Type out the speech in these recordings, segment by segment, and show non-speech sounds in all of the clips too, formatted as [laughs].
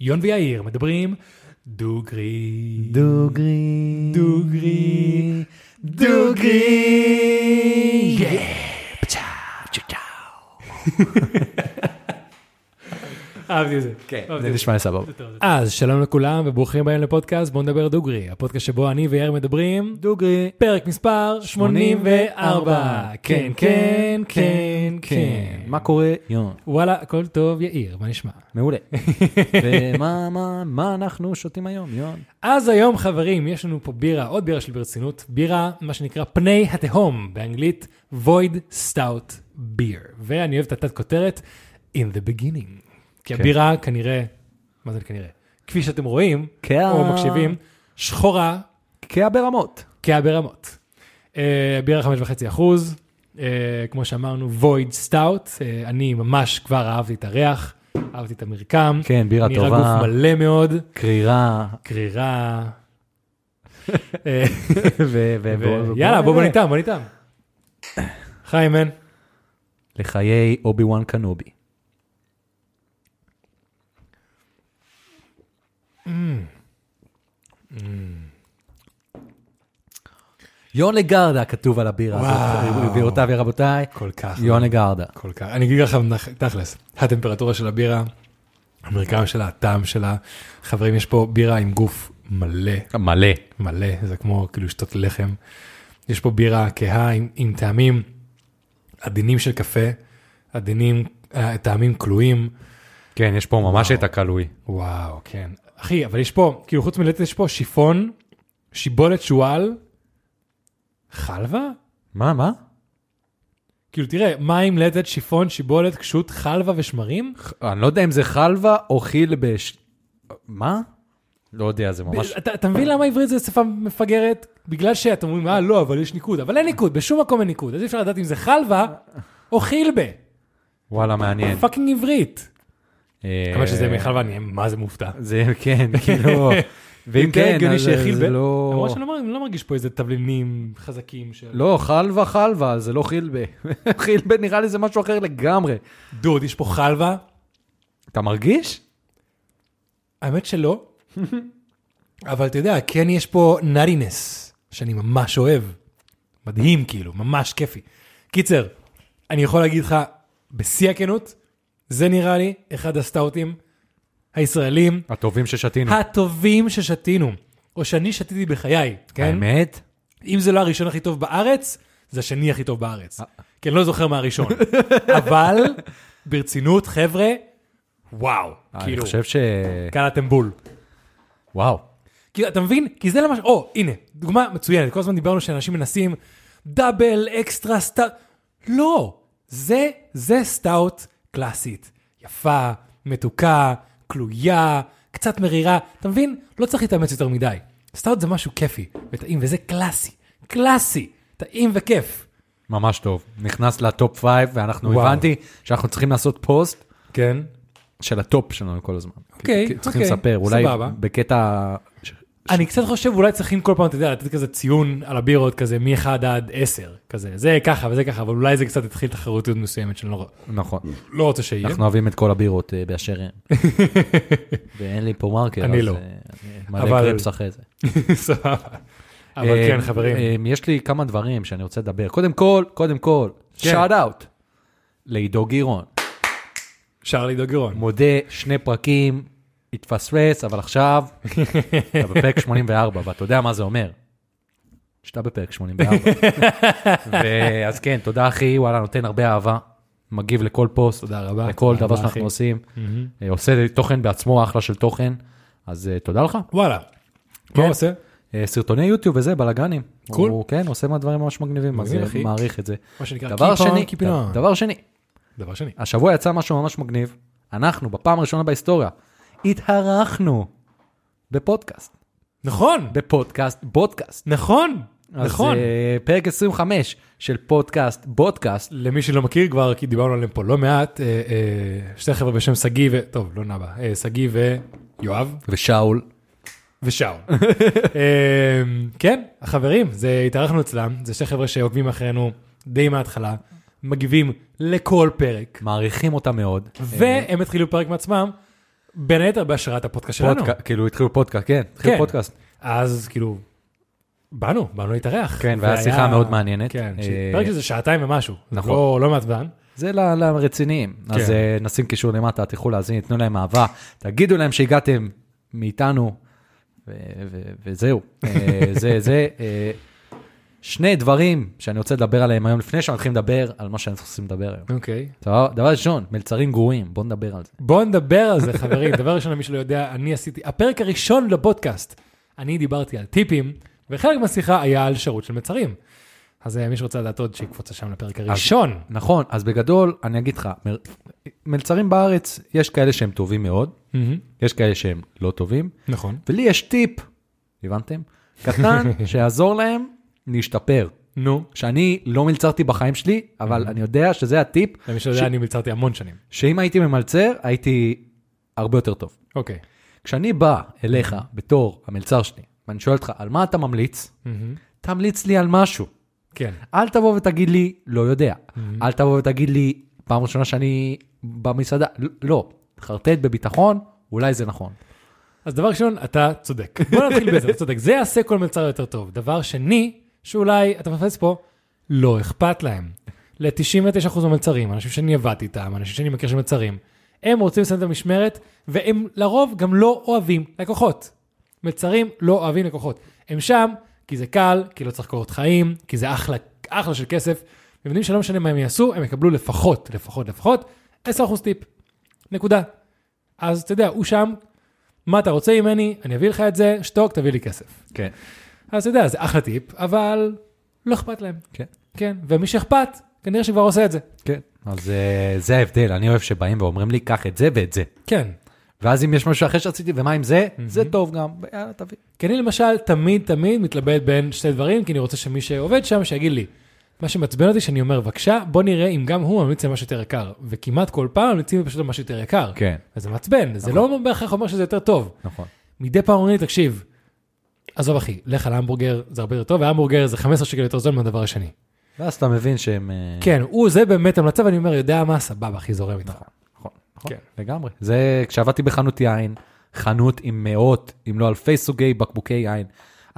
יון ויאיר מדברים דוגרי. דוגרי. דוגרי. דוגרי. כן. Yeah. פצ'או, צ'צ'או. [laughs] אהבתי את זה. כן, אהבתי זה את נשמע סבבה. זה טוב, זה טוב. אז שלום לכולם וברוכים הבאים לפודקאסט בוא נדבר דוגרי, הפודקאסט שבו אני ויאיר מדברים דוגרי. פרק מספר 84. כן, כן, כן, כן. מה קורה? יון. וואלה, הכל טוב, יאיר, מה נשמע? [laughs] מעולה. ומה, מה, מה אנחנו שותים היום, יון? אז היום, חברים, יש לנו פה בירה, עוד בירה של ברצינות, בירה, מה שנקרא פני התהום, באנגלית void stout beer. ואני אוהב את התת כותרת, in the beginning. כי כן. הבירה כנראה, מה זה כנראה? כפי שאתם רואים, כן. או מקשיבים, שחורה קאה ברמות. כהברמות. אה, בירה 5.5 אחוז, אה, כמו שאמרנו, void stout, אה, אני ממש כבר אהבתי את הריח, אהבתי את המרקם. כן, בירה נראה טובה, גוף מלא מאוד, [laughs] קרירה. קרירה. אה, ו- ו- ו- יאללה, בוא בוא ניתן, בוא ניתן. חיים, מן. לחיי אובי וואן קנובי. יון לגרדה כתוב על הבירה וואו. הזאת, גבירותיי ורבותיי, כל כך. יון לגרדה. כל כך. אני אגיד לכם נכ- תכלס, הטמפרטורה של הבירה, המרקם שלה, הטעם שלה. חברים, יש פה בירה עם גוף מלא, מלא. מלא, זה כמו כאילו לשתות לחם. יש פה בירה כהה עם, עם טעמים עדינים של קפה, עדינים, אה, טעמים כלואים. כן, יש פה ממש את הכלוי. וואו, כן. אחי, אבל יש פה, כאילו חוץ מלטת יש פה שיפון, שיבולת שועל, חלבה? מה, מה? כאילו תראה, מים, לטת, שיפון, שיבולת, קשות, חלבה ושמרים? אני לא יודע אם זה חלבה או חילבש. מה? לא יודע, זה ממש... אתה, אתה מבין למה עברית זה שפה מפגרת? בגלל שאתם אומרים, אה, לא, אבל יש ניקוד. אבל אין ניקוד, בשום מקום אין ניקוד. אז אי אפשר לדעת אם זה חלבה או חילבה. וואלה, מעניין. פאקינג עברית. אה, כמה שזה מיכל ואני, מה זה מופתע. זה כן, [laughs] כאילו... ואם כן, כן, הגיוני אז זה- שהכיל זה ב- לא... למרות שאני לא מרגיש- לא מרגיש פה איזה תבלינים חזקים של... לא, חלבה חלבה, זה לא חילבה. חילבה נראה לי זה משהו אחר לגמרי. דוד, יש פה חלבה? אתה מרגיש? האמת [laughs] שלא. אבל אתה יודע, כן יש פה נארינס, שאני ממש אוהב. מדהים, כאילו, ממש כיפי. קיצר, אני יכול להגיד לך, בשיא הכנות, זה נראה לי אחד הסטאוטים הישראלים הטובים ששתינו. הטובים ששתינו, או שאני שתיתי בחיי, כן? האמת? אם זה לא הראשון הכי טוב בארץ, זה השני הכי טוב בארץ. אה. כי אני לא זוכר מה [laughs] הראשון. אבל, ברצינות, חבר'ה, וואו. אה, אני כאילו, חושב ש... קלעתם בול. וואו. כאילו, אתה מבין? כי זה למה... ש- או, הנה, דוגמה מצוינת. כל הזמן דיברנו שאנשים מנסים דאבל, אקסטרה, סטאוט. לא, זה, זה סטאוט קלאסית. יפה, מתוקה, כלויה, קצת מרירה. אתה מבין? לא צריך להתאמץ יותר מדי. סטאוט זה משהו כיפי וטעים, וזה קלאסי. קלאסי. טעים וכיף. ממש טוב. נכנס לטופ פייב, ואנחנו וואו. הבנתי שאנחנו צריכים לעשות פוסט כן. של הטופ שלנו כל הזמן. אוקיי, כי- כי צריכים אוקיי, לספר, אולי סבבה. בקטע... ש- אני קצת חושב אולי צריכים כל פעם, אתה יודע, לתת כזה ציון על הבירות, כזה מ-1 עד 10, כזה, זה ככה וזה ככה, אבל אולי זה קצת התחיל תחרותיות מסוימת שאני לא, נכון. לא רוצה שיהיה. אנחנו אוהבים את כל הבירות אה, באשר הן. ואין לי פה מרקר, אני אז לא. אה, אני מלא אבל- קרפס אחרי זה. סבבה. אבל כן, אה, חברים, אה, יש לי כמה דברים שאני רוצה לדבר. קודם כל, קודם כל, כן. שאט אאוט לעידו גירון. שרלי דוגירון. מודה, שני פרקים, התפספס, אבל [laughs] עכשיו אתה בפרק 84, ואתה יודע מה זה אומר. שאתה בפרק 84. [laughs] אז כן, תודה אחי, וואלה, נותן הרבה אהבה. מגיב לכל פוסט, תודה רבה. לכל תודה דבר רבה, אחי. שאנחנו עושים. אה, עושה תוכן בעצמו, אחלה של תוכן. אז אה, תודה לך. וואלה. מה הוא עושה? אה, סרטוני יוטיוב וזה, בלאגנים. קול. הוא כן, עושה מהדברים ממש מגניבים, אז מגניב, אה, אחי. מעריך את זה. מה שנקרא, דבר Keep on, שני, Keep on. דבר שני, דבר שני. השבוע יצא משהו ממש מגניב. אנחנו, בפעם הראשונה בהיסטוריה, התארחנו בפודקאסט. נכון, בפודקאסט, בודקאסט. נכון, אז, נכון. אה, פרק 25 של פודקאסט, בודקאסט. למי שלא מכיר כבר, כי דיברנו עליהם פה לא מעט, אה, אה, שתי חבר'ה בשם שגיא ו... טוב, לא נאבה. אה, שגיא ויואב. ושאול. [laughs] ושאול. אמ, כן, החברים, זה התארחנו אצלם, זה שתי חבר'ה שעוקבים אחרינו די מההתחלה, מגיבים לכל פרק, מעריכים אותה מאוד. אה. והם התחילו פרק מעצמם, בין היתר בהשראת הפודקאסט שלנו. פודקאסט, כאילו התחילו פודקאסט, כן, התחילו כן. פודקאסט. אז כאילו, באנו, באנו להתארח. כן, והיה והיה- שיחה מאוד מעניינת. כן, אה, ש- פרק שזה שעתיים ומשהו. נכון. נכון. לא, לא מעצבן. זה ל- לרציניים. כן. אז אה, נשים קישור למטה, תלכו להאזין, תנו להם אהבה, תגידו להם שהגעתם מאיתנו, ו- ו- וזהו. אה, [laughs] זה, זה. אה, שני דברים שאני רוצה לדבר עליהם היום, לפני שאנחנו מתחילים לדבר על מה שאנחנו צריכים לדבר היום. אוקיי. טוב, דבר ראשון, מלצרים גרועים, בואו נדבר על זה. בואו נדבר על זה, [laughs] חברים. דבר ראשון, למי שלא יודע, אני עשיתי, הפרק הראשון לפודקאסט, אני דיברתי על טיפים, וחלק מהשיחה היה על שירות של מצרים. אז אה, מי שרוצה לדעת עוד, שיקפוץ לשם לפרק הראשון. נכון, אז בגדול, אני אגיד לך, מל- מלצרים בארץ, יש כאלה שהם טובים מאוד, מהמם, יש כאלה שהם לא טובים, נכון. ולי יש טיפ, הבנתם? קטן, שיעזור להם להשתפר. נו, שאני לא מלצרתי בחיים שלי, אבל אני יודע שזה הטיפ, למי שלא יודע, אני מלצרתי המון שנים. שאם הייתי ממלצר, הייתי הרבה יותר טוב. אוקיי. כשאני בא אליך בתור המלצר שלי, ואני שואל אותך, על מה אתה ממליץ? מהמם, תמליץ לי על משהו. כן. אל תבוא ותגיד לי, לא יודע. אל תבוא ותגיד לי, פעם ראשונה שאני במסעדה, ל- לא. חרטט בביטחון, אולי זה נכון. אז דבר ראשון, אתה צודק. בוא נתחיל בזה, אתה צודק. זה יעשה כל מלצר יותר טוב. דבר שני, שאולי אתה מפספס פה, לא אכפת להם. ל-99% מהמלצרים, אנשים שאני עבדתי איתם, אנשים שאני מכיר שמלצרים, הם רוצים לסיים את המשמרת, והם לרוב גם לא אוהבים לקוחות. מלצרים לא אוהבים לקוחות. הם שם כי זה קל, כי לא צריך קורות חיים, כי זה אחלה, אחלה של כסף. הם יודעים שלא משנה מה הם יעשו, הם יקבלו לפחות, לפחות, לפחות, 10% טיפ. נקודה. אז אתה יודע, הוא שם, מה אתה רוצה ממני, אני אביא לך את זה, שתוק, תביא לי כסף. כן. אז אתה יודע, זה אחלה טיפ, אבל לא אכפת להם. כן. כן, ומי שאכפת, כנראה שכבר עושה את זה. כן. אז אה, זה ההבדל, אני אוהב שבאים ואומרים לי, קח את זה ואת זה. כן. ואז אם יש משהו אחר שרציתי, ומה עם זה? זה טוב גם, יאללה, תביא. כי אני למשל תמיד תמיד מתלבט בין שתי דברים, כי אני רוצה שמי שעובד שם, שיגיד לי. מה שמעצבן אותי, שאני אומר, בבקשה, בוא נראה אם גם הוא ממליץ על משהו יותר יקר. וכמעט כל פעם ממליצים לי פשוט על משהו יותר יקר. כן, אז זה מעצבן, זה לא בהכרח אומר שזה יותר טוב. נכון. מדי פעם אומרים לי, תקשיב, עזוב אחי, לך על המבורגר, זה הרבה יותר טוב, והמבורגר זה 15 שקל יותר זול מהדבר השני. ואז אתה מבין שהם... אה, כן, הוא, זה באמת המלצה, ואני אומר, יודע מה, סבבה, אחי, זורם איתך. נכון, נכון, כן. לגמרי. זה כשעבדתי בחנות יין, חנות עם מאות, אם לא אלפי סוגי בקבוקי יין.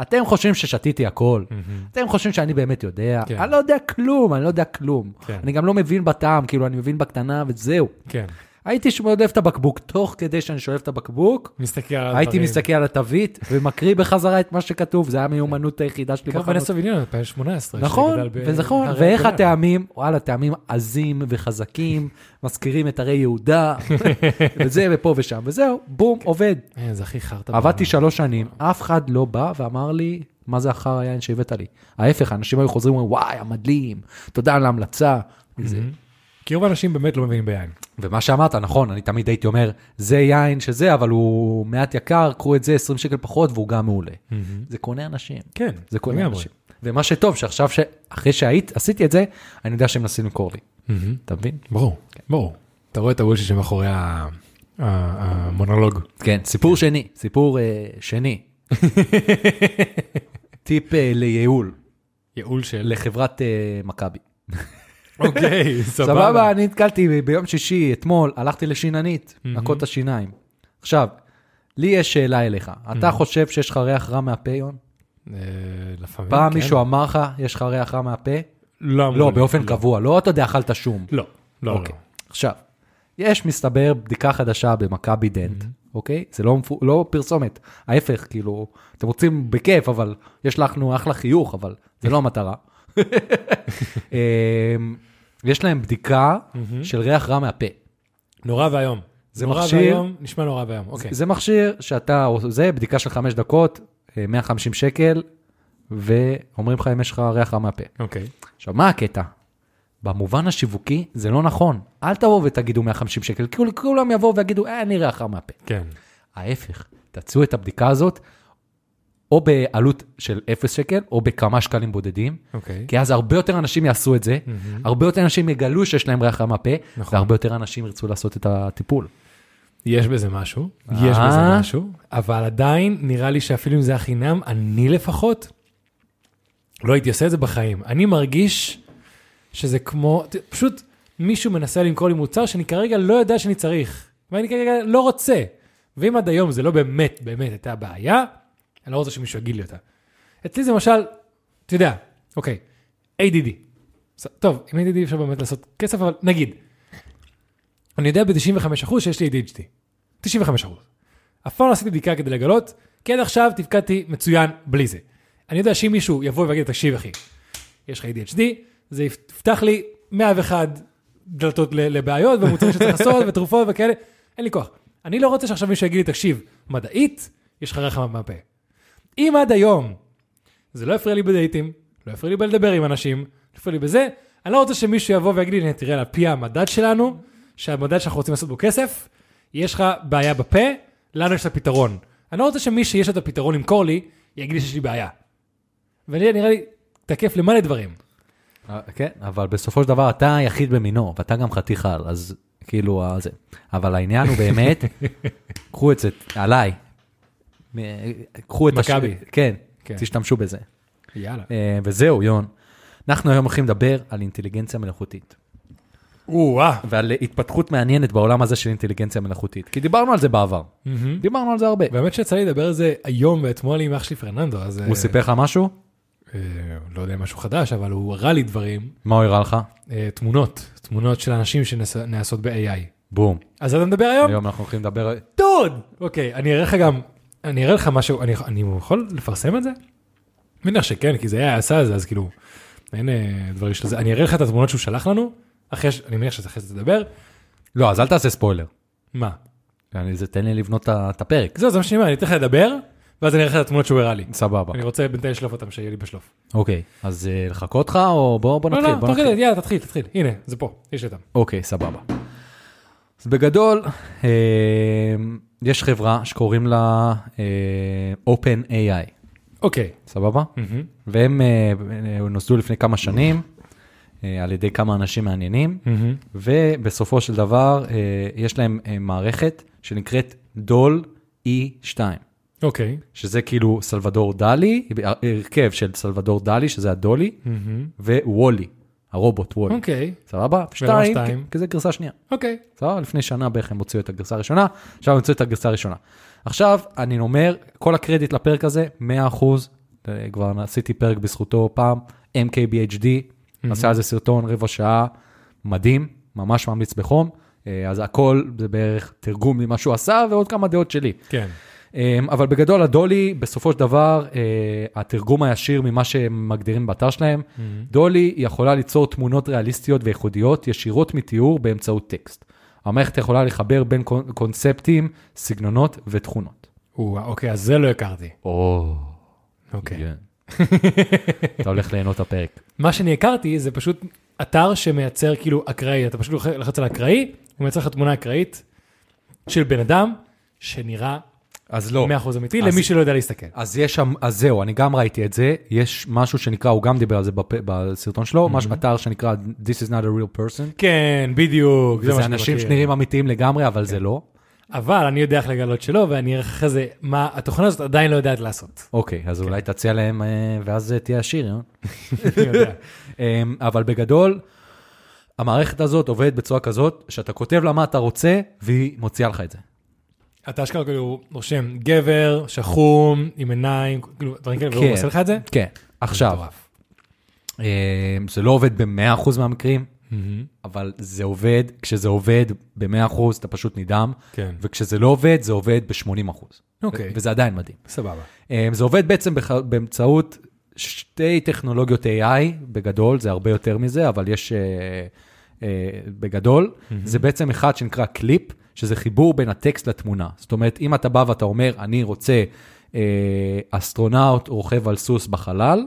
אתם חושבים ששתיתי הכל, אתם חושבים שאני באמת יודע, Mm. כן. אני לא יודע כלום, אני לא יודע כלום. כן. אני גם לא מבין בטעם, כאילו, אני מבין בקטנה וזהו. כן, הייתי שואף את הבקבוק, תוך כדי שאני שואף את הבקבוק, מסתכל על הדברים. הייתי מסתכל על התווית ומקריא בחזרה את מה שכתוב, כן. זה היה המיומנות היחידה שלי ככה בחנות. בנס אביניון, 2018. נכון, שגדל ב- ונכון, הרי ואיך הגולן. הטעמים, וואלה, טעמים עזים [laughs] וחזקים, מזכירים את הרי יהודה, וזה ופה ושם, וזהו, בום, עובד. אה, זה הכי חרטא. עבדתי שלוש שנים, אף אחד לא בא ואמר לי, מה זה אחר היין שהבאת לי? ההפך, האנשים היו חוזרים ואומרים, וואי, המדהים, תודה על ההמלצה. זה. בעולם. כי רוב האנשים באמת לא מבינים ביין. ומה שאמרת, נכון, אני תמיד הייתי אומר, זה יין שזה, אבל הוא מעט יקר, קחו את זה 20 שקל פחות, והוא גם מעולה. זה קונה אנשים. כן, זה כל לגמרי. מיני אנשים. ומה שטוב, שעכשיו, ש... אחרי שעשיתי את זה, אני יודע שהם מנסים למכור לי. מהמם. אתה מבין? ברור, ברור. אתה רואה את הוולשי שמאחורי ה- ה- המונולוג. כן, סיפור שני, סיפור אה, שני. [laughs] טיפ אה, לייעול, ייעול של... לחברת אה, מכבי. [laughs] אוקיי, סבבה, אני נתקלתי ב- ביום שישי, אתמול, הלכתי לשיננית, לנקות את השיניים. עכשיו, לי יש שאלה אליך, אתה חושב שיש לך ריח רע מהפה, יון? אה, לפעמים, פעם כן. מישהו אמר לך, יש לך ריח רע מהפה? לא, אמרו לא, לי. באופן קבוע, לא אתה יודע, אכלת שום. לא, לא, לא. אוקיי. עכשיו, יש מסתבר בדיקה חדשה במכבי דנט, אוקיי? זה לא, מפו- לא פרסומת, ההפך, כאילו, אתם רוצים בכיף, אבל יש לנו אחלה חיוך, אבל זה לא [laughs] המטרה. אמ, יש להם בדיקה של ריח רע מהפה. נורא ואיום. זה נורא מכשיר- ואיום, נשמע נורא ואיום. אוקיי. זה מכשיר שאתה, זה בדיקה של חמש דקות, אה, 150 שקל, ואומרים לך אם יש לך ריח רע מהפה. אוקיי. עכשיו, מה הקטע? במובן השיווקי זה לא נכון. אל תבואו ותגידו 150 שקל, כאילו כולם יבואו ויגידו, אה, אני ריח רע מהפה. כן. ההפך, תעשו את הבדיקה הזאת, או בעלות של 0 שקל, או בכמה שקלים בודדים, אוקיי. כי אז הרבה יותר אנשים יעשו את זה, הרבה יותר אנשים יגלו שיש להם ריח רע מהפה, Mm-hmm. נכון. והרבה יותר אנשים ירצו לעשות את הטיפול. יש בזה משהו, יש אה. בזה משהו, אבל עדיין נראה לי שאפילו אם זה היה חינם, אני לפחות לא הייתי עושה את זה בחיים. אני מרגיש שזה כמו, ת- פשוט מישהו מנסה למכור לי מוצר שאני כרגע לא יודע שאני צריך, ואני כרגע לא רוצה. ואם עד היום זה לא באמת באמת הייתה בעיה, אני לא רוצה שמישהו יגיד לי אותה. אצלי זה למשל, אתה יודע, אוקיי, ADD. ס- טוב, עם ADD אפשר באמת לעשות כסף, אבל נגיד, אני יודע ב-95% שיש לי ADHD. 95%. אף פעם לא עשיתי בדיקה כדי לגלות, כי עד עכשיו תפקדתי מצוין בלי זה. אני יודע שאם מישהו יבוא ויגיד, תקשיב אחי, יש לך ADHD, זה יפתח לי 101 דלתות ל- לבעיות ומוצרים שצריך לעשות ותרופות וכאלה, אין לי כוח. אני לא רוצה שעכשיו מישהו יגיד לי, תקשיב, מדעית, יש לך רחם מהפה. אם עד היום זה לא הפריע לי בדייטים, לא הפריע לי בלדבר עם אנשים, לא הפריע לי בזה, אני לא רוצה שמישהו יבוא ויגיד לי, "הנה, תראה, על פי המדד שלנו, שהמדד שאנחנו רוצים לעשות בו כסף, יש לך בעיה בפה, לנו יש את הפתרון. אני לא רוצה שמי שיש לו את הפתרון למכור לי, יגיד לי שיש לי בעיה. ולי נראה לי תקף למלא דברים. אה, כן, אבל בסופו של דבר אתה היחיד במינו, ואתה גם חתיך על, אז כאילו, אה, זה. אבל העניין הוא [laughs] באמת, קחו את זה, עליי. מ- קחו את... הש- מכבי. כן, כן. תשתמשו בזה. יאללה. אה, וזהו, יון. אנחנו היום הולכים לדבר על אינטליגנציה מלאכותית, או-אה. ועל התפתחות מעניינת בעולם הזה של אינטליגנציה מלאכותית, כי דיברנו על זה בעבר. דיברנו על זה הרבה. באמת שיצא לי לדבר על זה היום ואתמול עם אח שלי פרננדו, אז... הוא סיפר לך משהו? לא יודע משהו חדש, אבל הוא הראה לי דברים, מה הוא הראה לך? אה, תמונות, תמונות של אנשים שנעשות ב-AI. בום. אז אתה מדבר היום? היום אנחנו הולכים לדבר... דוד! אוקיי, אני אראה לך גם, אני אראה לך משהו, אני, אני יכול לפרסם את זה? אני מניח שכן, כי זה היה עשה את זה, אז כאילו, אין אה, דברים של זה. אני אראה לך את התמונות שהוא שלח לנו, אחרי, ש- אני מניח שאחרי זה תדבר. לא, אז אל תעשה ספוילר. מה? אני- זה תן לי לבנות את ה- את הפרק. זהו, זה מה שאני אומר, אני אתן לך לדבר, ואז אני אראה לך את התמונות שהוא הראה לי. סבבה. אני רוצה בינתיים לשלוף אותם, שיהיה לי בשלוף. אוקיי, אז אה, לחכות לך, או בוא בוא לא, נתחיל? לא, בוא תוך נתחיל. כדי, יאללה, תתחיל, תתחיל. הנה, זה פה, יש לי אותם. אוקיי, סבבה. אז בגדול, אה, יש חברה שקוראים לה אה, Open AI, אוקיי. סבבה? מהמם, והם אה, אה, נוסדו לפני כמה שנים אה, על ידי כמה אנשים מעניינים, מהמם. ובסופו של דבר אה, יש להם אה, מערכת שנקראת דול E2, אוקיי. שזה כאילו סלבדור דלי, אה, הרכב של סלבדור דלי, שזה הדולי, מהמם. וולי, הרובוט וולי. אוקיי. סבבה? ברמה שתיים, שתיים. כי- כי זה גרסה שנייה. אוקיי. סבבה? לפני שנה בערך הם הוציאו את הגרסה הראשונה, עכשיו הם הוציאו את הגרסה הראשונה. עכשיו, אני אומר, כל הקרדיט לפרק הזה, 100%, אה, כבר עשיתי פרק בזכותו פעם, MKBHD, עשה על זה סרטון רבע שעה, מדהים, ממש ממליץ בחום, אה, אז הכל זה בערך תרגום ממה שהוא עשה ועוד כמה דעות שלי. כן. אמ, אבל בגדול הדולי, בסופו של דבר, אה, התרגום הישיר ממה שהם מגדירים באתר שלהם, דולי יכולה ליצור תמונות ריאליסטיות וייחודיות ישירות מתיאור באמצעות טקסט. המערכת יכולה לחבר בין קונ- קונספטים, סגנונות ותכונות. או-אה, אוקיי, אז זה לא הכרתי. או, אוקיי. כן. [laughs] אתה הולך ליהנות הפרק. מה שאני הכרתי זה פשוט אתר שמייצר כאילו אקראי, אתה פשוט לוח- לוחץ על אקראי, הוא מייצר לך תמונה אקראית של בן אדם שנראה אז לא. 100% אמיתי, אז- למי שלא יודע להסתכל. אז יש שם, אז זהו, אני גם ראיתי את זה, יש משהו שנקרא, הוא גם דיבר על זה בפ- בסרטון שלו, מש- אתר שנקרא This is not a real person, כן, בדיוק, זה מה וזה שאני אנשים מכיר. שנראים אמיתיים לגמרי, אבל זה לא. אבל אני יודע איך לגלות שלא, ואני אראה לך אחרי זה מה התוכנה הזאת עדיין לא יודעת לעשות. אוקיי, אז אולי כן. תציע להם, אה, ואז אה, תהיה עשיר, אה? [laughs] אני יודע. אמ, אבל בגדול, המערכת הזאת עובדת בצורה כזאת, שאתה כותב לה מה אתה רוצה, והיא מוציאה לך את זה. אתה אשכרה כאילו רושם גבר, שחום, עם עיניים, כאילו דברים כאלה, והוא כן. עושה לך את זה? כן. עכשיו, מטורף. אמ, זה לא עובד ב-100% מהמקרים, מהמם. אבל זה עובד, כשזה עובד ב-100% אתה פשוט נדהם, כן. וכשזה לא עובד, זה עובד ב-80%. אוקיי. וזה עדיין מדהים. סבבה. אמ, זה עובד בעצם בח- באמצעות שתי טכנולוגיות AI, בגדול, זה הרבה יותר מזה, אבל יש אה, אה, בגדול. זה בעצם אחד שנקרא קליפ, שזה חיבור בין הטקסט לתמונה. זאת אומרת, אם אתה בא ואתה אומר, אני רוצה אה, אסטרונאוט רוכב על סוס בחלל,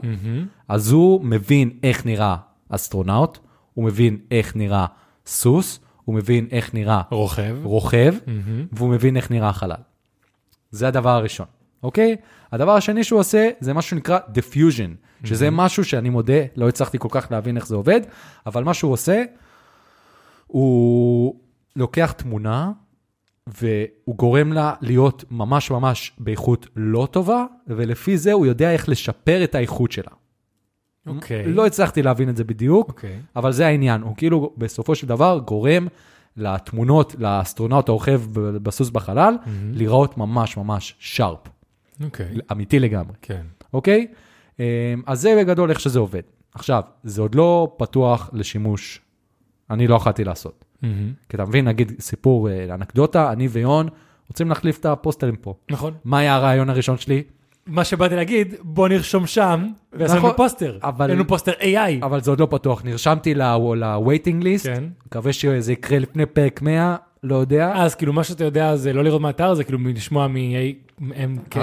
אז הוא מבין איך נראה אסטרונאוט, הוא מבין איך נראה סוס, הוא מבין איך נראה רוכב. רוכב, והוא מבין איך נראה החלל. זה הדבר הראשון, אוקיי? הדבר השני שהוא עושה, זה משהו שנקרא diffusion, שזה משהו שאני מודה, לא הצלחתי כל כך להבין איך זה עובד, אבל מה שהוא עושה, הוא לוקח תמונה, והוא גורם לה להיות ממש ממש באיכות לא טובה, ולפי זה הוא יודע איך לשפר את האיכות שלה. אוקיי. לא הצלחתי להבין את זה בדיוק, אוקיי. אבל זה העניין, הוא כאילו בסופו של דבר גורם לתמונות, לאסטרונאוט הרוכב ב- בסוס בחלל, להיראות ממש ממש שרפ, אוקיי. אמיתי לגמרי. כן. אוקיי? אמ, אז זה בגדול איך שזה עובד. עכשיו, זה עוד לא פתוח לשימוש, אני לא יכולתי לעשות. כי אתה מבין, נגיד סיפור, אה, אנקדוטה, אני ויון רוצים להחליף את הפוסטרים פה. נכון. מה היה הרעיון הראשון שלי? מה שבאתי להגיד, בוא נרשום שם, ויעשה לנו נכון, פוסטר. אבל- לנו פוסטר AI. אבל זה עוד לא פתוח, נרשמתי ל-waiting list, כן. מקווה שזה יקרה לפני פרק 100, לא יודע. אז כאילו, מה שאתה יודע זה לא לראות מהאתר, זה כאילו לשמוע מ-MKG.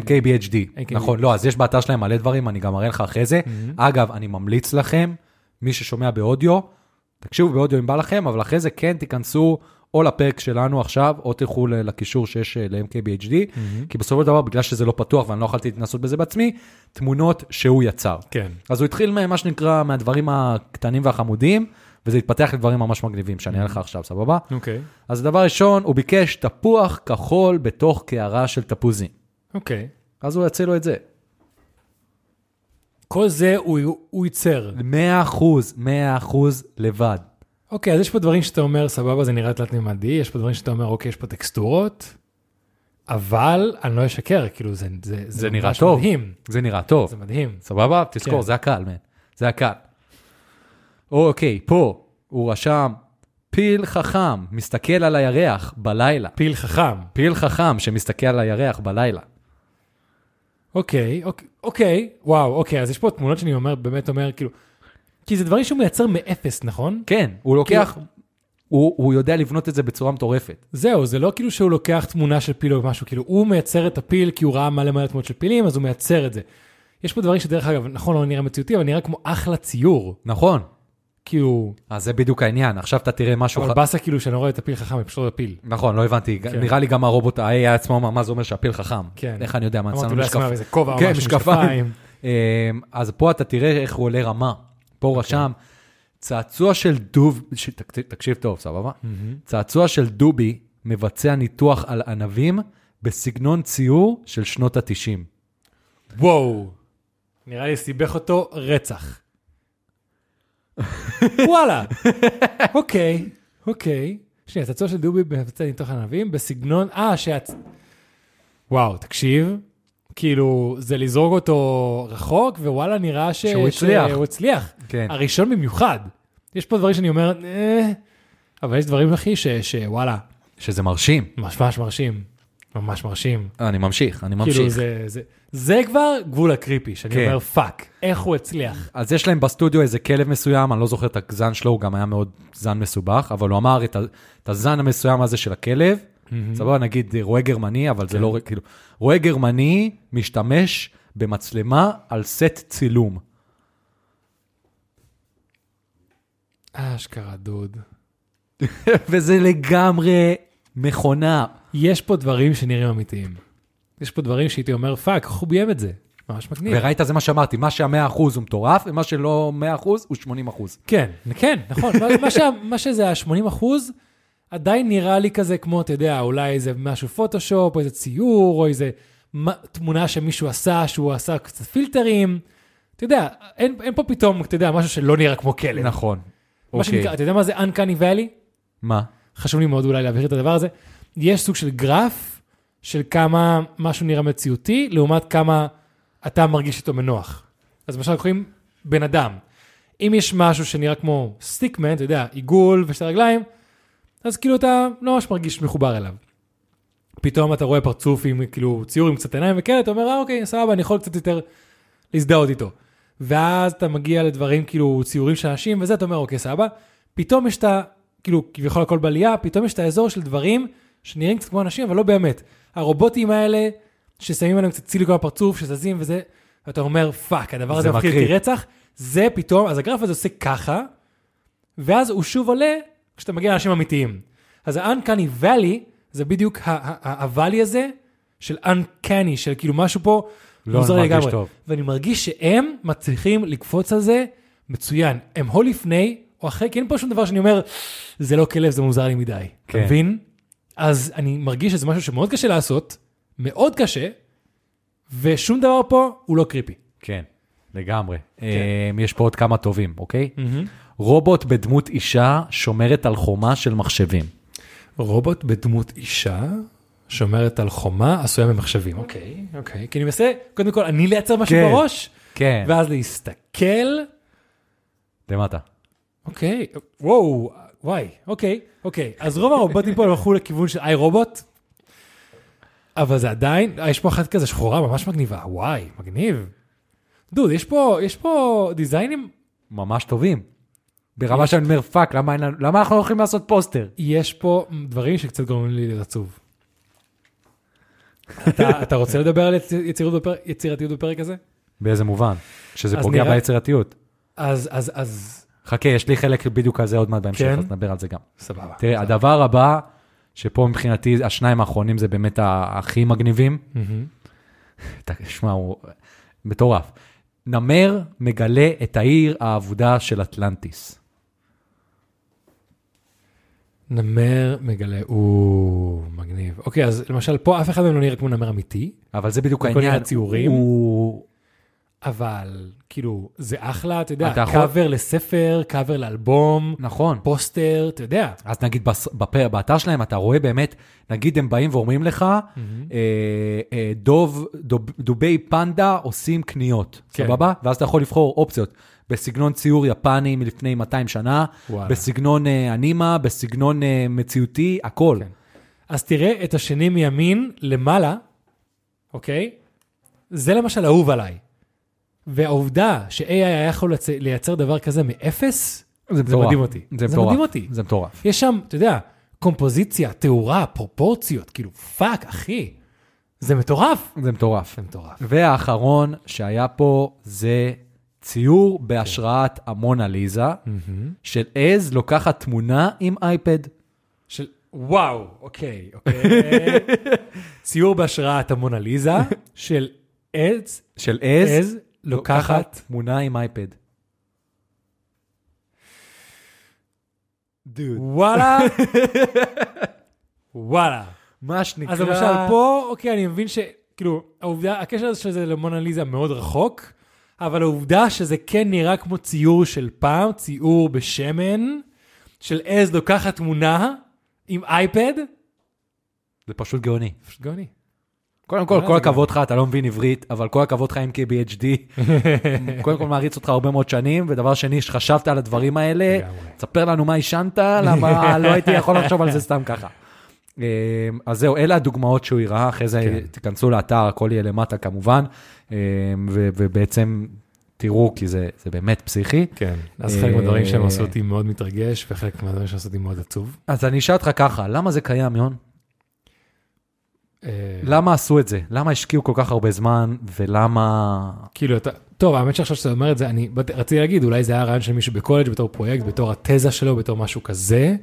MKBHD, MKBHD. נכון, לא, אז יש באתר שלהם מלא דברים, אני גם אראה לך אחרי זה. אגב, אני ממליץ לכם, מי ששומע באודיו, תקשיבו באודיו אם בא לכם, אבל אחרי זה כן תיכנסו או לפרק שלנו עכשיו, או תלכו ל- לקישור שיש אה, ל-MKBHD, כי בסופו של דבר, בגלל שזה לא פתוח ואני לא יכולתי להתנסות בזה בעצמי, תמונות שהוא יצר. כן. אז הוא התחיל ממה שנקרא, מהדברים הקטנים והחמודים, וזה התפתח לדברים ממש מגניבים, שאני אראה לך עכשיו, סבבה? אוקיי. אז דבר ראשון, הוא ביקש תפוח כחול בתוך קערה של תפוזים. אוקיי. אז הוא יוצא לו את זה. כל זה הוא- הוא ייצר. 100 אחוז, 100 אחוז לבד. אוקיי, אז יש פה דברים שאתה אומר, סבבה, זה נראה תלת-ממדי, יש פה דברים שאתה אומר, אוקיי, יש פה טקסטורות, אבל אני לא אשקר, כאילו, זה, זה, זה נראה ממש טוב. מדהים. זה נראה טוב. זה מדהים. סבבה? תזכור, כן. זה הקהל, מן. זה הקהל. אוקיי, פה הוא רשם, פיל חכם מסתכל על הירח בלילה. פיל חכם. פיל חכם שמסתכל על הירח בלילה. אוקיי, אוקיי, אוקיי, וואו, אוקיי, אז יש פה תמונות שאני אומר, באמת אומר, כאילו, כי זה דברים שהוא מייצר מאפס, נכון? כן, הוא לוקח, הוא, הוא יודע לבנות את זה בצורה מטורפת. זהו, זה לא כאילו שהוא לוקח תמונה של פיל או משהו, כאילו, הוא מייצר את הפיל כי הוא ראה מלא מלא תמונות של פילים, אז הוא מייצר את זה. יש פה דברים שדרך אגב, נכון, לא נראה מציאותי, אבל נראה כמו אחלה ציור, נכון. כאילו, אז זה בדיוק העניין, עכשיו אתה תראה משהו... אבל ח- באסה כאילו שאני לא רואה את הפיל חכם, אני פשוט לא רואה פיל. נכון, לא הבנתי, נראה לי גם הרובוט ה-AI עצמו אמר, מה זה אומר שהפיל חכם. כן. איך אני יודע, מה, אמרתי, אצלנו אולי משקפיים. שמה איזה כובע או כן, משהו, משקפיים. משקפיים. אמ, אז פה אתה תראה איך הוא עולה רמה. פה אוקיי. הוא רשם, צעצוע של דוב, ש- תק- תקשיב טוב, סבבה? צעצוע של דובי מבצע ניתוח על ענבים בסגנון ציור של שנות ה-90. וואו. נראה לי סיבך אותו רצח. [laughs] וואלה. אוקיי, אוקיי. שנייה, הצעצוע של דובי מבצע ניתוח ענבים בסגנון, אה, שהצ... וואו, תקשיב. כאילו, זה לזרוק אותו רחוק, ווואלה, נראה ש... שהוא הצליח. שהוא הצליח. כן. הראשון במיוחד. יש פה דברים שאני אומר, אה... אבל יש דברים, אחי, ש... שוואלה, שזה מרשים. ממש מרשים. ממש מרשים. אה, אני ממשיך, אני כאילו ממשיך. זה, זה, זה כבר גבול הקריפי, שאני כן. אומר פאק, איך הוא הצליח. אז יש להם בסטודיו איזה כלב מסוים, אני לא זוכר את הזן שלו, הוא גם היה מאוד זן מסובך, אבל הוא אמר את, ה- את הזן המסוים הזה של הכלב, סבבה, נגיד רועה גרמני, אבל כן. זה לא, כאילו, רועה גרמני משתמש במצלמה על סט צילום. [laughs] אשכרה דוד. וזה לגמרי מכונה. יש פה דברים שנראים אמיתיים. יש פה דברים שהייתי אומר פאק, איך הוא ביים את זה? ממש מגניב. וראית, זה מה שאמרתי, מה שהמאה אחוז הוא מטורף, ומה שלא מאה אחוז הוא 80 אחוז. כן, כן, נכון. מה, מה, שה, מה שזה ה-80 אחוז, עדיין נראה לי כזה כמו, אתה יודע, אולי איזה משהו פוטושופ, או איזה ציור, או איזה מה, תמונה שמישהו עשה, שהוא עשה קצת פילטרים. אתה יודע, אין, אין פה פתאום, אתה יודע, משהו שלא נראה כמו כלב. נכון. כן. מה אוקיי. שנקרא, אתה יודע מה זה Uncanny Valley? מה? חשוב לי מאוד אולי להבהיר את הדבר הזה, יש סוג של גרף של כמה משהו נראה מציאותי, לעומת כמה אתה מרגיש איתו מנוח. אז למשל קוראים בן אדם. אם יש משהו שנראה כמו סטיקמן, אתה יודע, עיגול ושתי רגליים, אז כאילו אתה לא ממש מרגיש מחובר אליו. פתאום אתה רואה פרצוף עם כאילו ציור עם קצת עיניים וכאלה, אתה אומר, אה אוקיי, סבבה, אני יכול קצת יותר להזדהות איתו. ואז אתה מגיע לדברים כאילו ציורים של אנשים וזה, אתה אומר, אוקיי, סבבה. פתאום יש את ה... כאילו, כביכול הכל בעלייה, פתאום יש את האזור של דברים שנראים קצת כמו אנשים, אבל לא באמת. הרובוטים האלה, ששמים עליהם קצת ציליקון בפרצוף, שזזים וזה, ואתה אומר, פאק, הדבר זה הזה מפחיד מקריא. אותי רצח, זה פתאום, אז הגרף הזה עושה ככה, ואז הוא שוב עולה כשאתה מגיע לאנשים אמיתיים. אז ה-uncanny valley זה בדיוק ה- ה- ה- ה-valley הזה של uncanny, של כאילו משהו פה לא, מוזר אני לי מרגיש לגמרי. טוב. ואני מרגיש שהם מצליחים לקפוץ על זה מצוין. הם או לפני או אחרי, כי אין פה שום דבר שאני אומר, זה לא כלב, זה מוזר לי מדי. אתה כן. מבין? אז אני מרגיש שזה משהו שמאוד קשה לעשות, מאוד קשה, ושום דבר פה הוא לא קריפי. כן. כן, לגמרי. אמ, יש פה עוד כמה טובים, אוקיי? רובוט בדמות אישה שומרת על חומה של מחשבים. רובוט בדמות אישה שומרת על חומה עשויה ממחשבים. אוקיי, אוקיי. כי אני מנסה, קודם כל, אני לייצר משהו כן, בראש, כן. ואז להסתכל. למטה. אוקיי, וואו, וואי, אוקיי, אוקיי. אז רוב הרובוטים פה הלכו לכיוון של איי רובוט, אבל זה עדיין, אה, יש פה אחת כזה שחורה ממש מגניבה, וואי, מגניב. דוד, יש פה, יש פה דיזיינים, ממש טובים. ברמה שאני אומר, פאק, למה אין לנו- למה אנחנו לא יכולים לעשות פוסטר? יש פה דברים שקצת גורמים לי להיות עצוב. אתה, אתה רוצה לדבר על יציר- יצירות בפרק, יצירתיות בפרק הזה? באיזה מובן? שזה אז פוגע נראה- ביצירתיות. אז, אז, אז, חכה, יש לי חלק בדיוק על זה עוד מעט בהמשך, כן? אז נדבר על זה גם. סבבה. תראה, הדבר הבא, שפה מבחינתי, השניים האחרונים זה באמת ה- הכי מגניבים. מהמם. אתה- שמע, הוא מטורף. נמר מגלה את העיר האבודה של אטלנטיס. נמר מגלה, הוא מגניב. אוקיי, אז למשל, פה אף אחד מהם לא נראה כמו נמר אמיתי, אבל זה בדיוק כל העניין. מיני ציורים. הוא... אבל כאילו, זה אחלה, אתה יודע, אתה יכול- קאבר לספר, קאבר לאלבום, נכון. פוסטר, אתה יודע. אז נגיד בס- בפ... באתר שלהם אתה רואה באמת, נגיד הם באים ואומרים לך, אה, אה, דוב, דוב, דובי פנדה עושים קניות, כן. סבבה? ואז אתה יכול לבחור אופציות, בסגנון ציור יפני מלפני 200 שנה, וואלה. בסגנון אה, אנימה, בסגנון אה, מציאותי, הכל. כן. אז תראה את השני מימין למעלה, אוקיי? זה למשל אהוב עליי. והעובדה ש-AI היה יכול לצ- לייצר דבר כזה מאפס, זה מטורף. מדהים אותי. זה זה מטורף. מדהים אותי. זה מטורף. יש שם, אתה יודע, קומפוזיציה, תאורה, פרופורציות, כאילו, פאק, אחי. זה מטורף. זה מטורף. כן. זה מטורף. והאחרון שהיה פה זה ציור בהשראת המונליזה, של עז לוקחת תמונה עם אייפד. של וואו, אוקיי, [laughs] אוקיי. ציור בהשראת המונליזה של עץ, של עז, עז לוקחת, תמונה עם אייפד. דוד. [laughs] וואלה, וואלה. מה שנקרא... אז למשל פה, אוקיי, אני מבין שכאילו, העובדה, הקשר הזה שזה למונליזה מאוד רחוק, אבל העובדה שזה כן נראה כמו ציור של פעם, ציור בשמן, של עז לוקחת תמונה עם אייפד, זה פשוט גאוני. פשוט גאוני. קודם כל, מה כל זה הכבוד לך, אתה לא מבין עברית, אבל כל הכבוד לך עם [laughs] KBHD. קודם כל מעריץ אותך הרבה מאוד שנים, ודבר שני, שחשבת על הדברים האלה, לגמרי. תספר לנו מה עישנת, [laughs] למה לא הייתי יכול לחשוב על זה סתם ככה. אמ, אז זהו, אלה הדוגמאות שהוא הראה, אחרי זה כן. תיכנסו לאתר, הכל יהיה למטה כמובן, אמ, ו- ובעצם תראו, כי זה זה באמת פסיכי. כן, אז חלק מהדברים שהם אה, עשו אותי מאוד מתרגש, וחלק מהדברים שהם עשו אותי מאוד עצוב. אז אני אשאל אותך ככה, למה זה קיים, יון? אה, למה עשו את זה? למה השקיעו כל כך הרבה זמן, ולמה... כאילו אתה, טוב, האמת שעכשיו שאתה אומר את זה, אני בת- רציתי להגיד, אולי זה היה רעיון של מישהו בקולג' בתור פרויקט, בתור התזה שלו, בתור משהו כזה,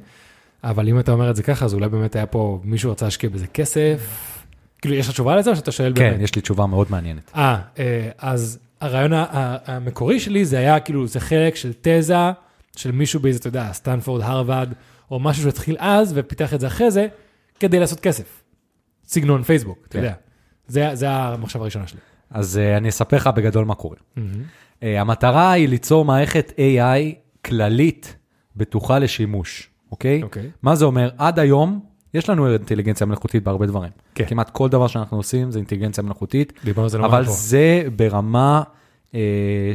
אבל אם אתה אומר את זה ככה, אז אולי באמת היה פה, מישהו רצה להשקיע בזה כסף. כאילו, יש לך תשובה לזה או שאתה שואל כן, באמת? יש לי תשובה מאוד מעניינת. אה, אה, אז הרעיון ה- ה- המקורי שלי זה היה כאילו, זה חלק של תזה של מישהו באיזה, אתה יודע, סטנפורד, הרווארד, או משהו שהתחיל אז ופיתח את זה אחרי זה, כדי לעשות כסף. סגנון פייסבוק, אתה כן. יודע. זה- זה המחשבה הראשונה שלי. אז אה, אני אספר לך בגדול מה קורה. אה, המטרה היא ליצור מערכת AI כללית, בטוחה לשימוש, אוקיי? אוקיי. מה זה אומר? עד היום, יש לנו אינטליגנציה מלאכותית בהרבה דברים. כן. כמעט כל דבר שאנחנו עושים זה אינטליגנציה מלאכותית, דיברנו על זה לא מעט אבל פה. זה ברמה אה,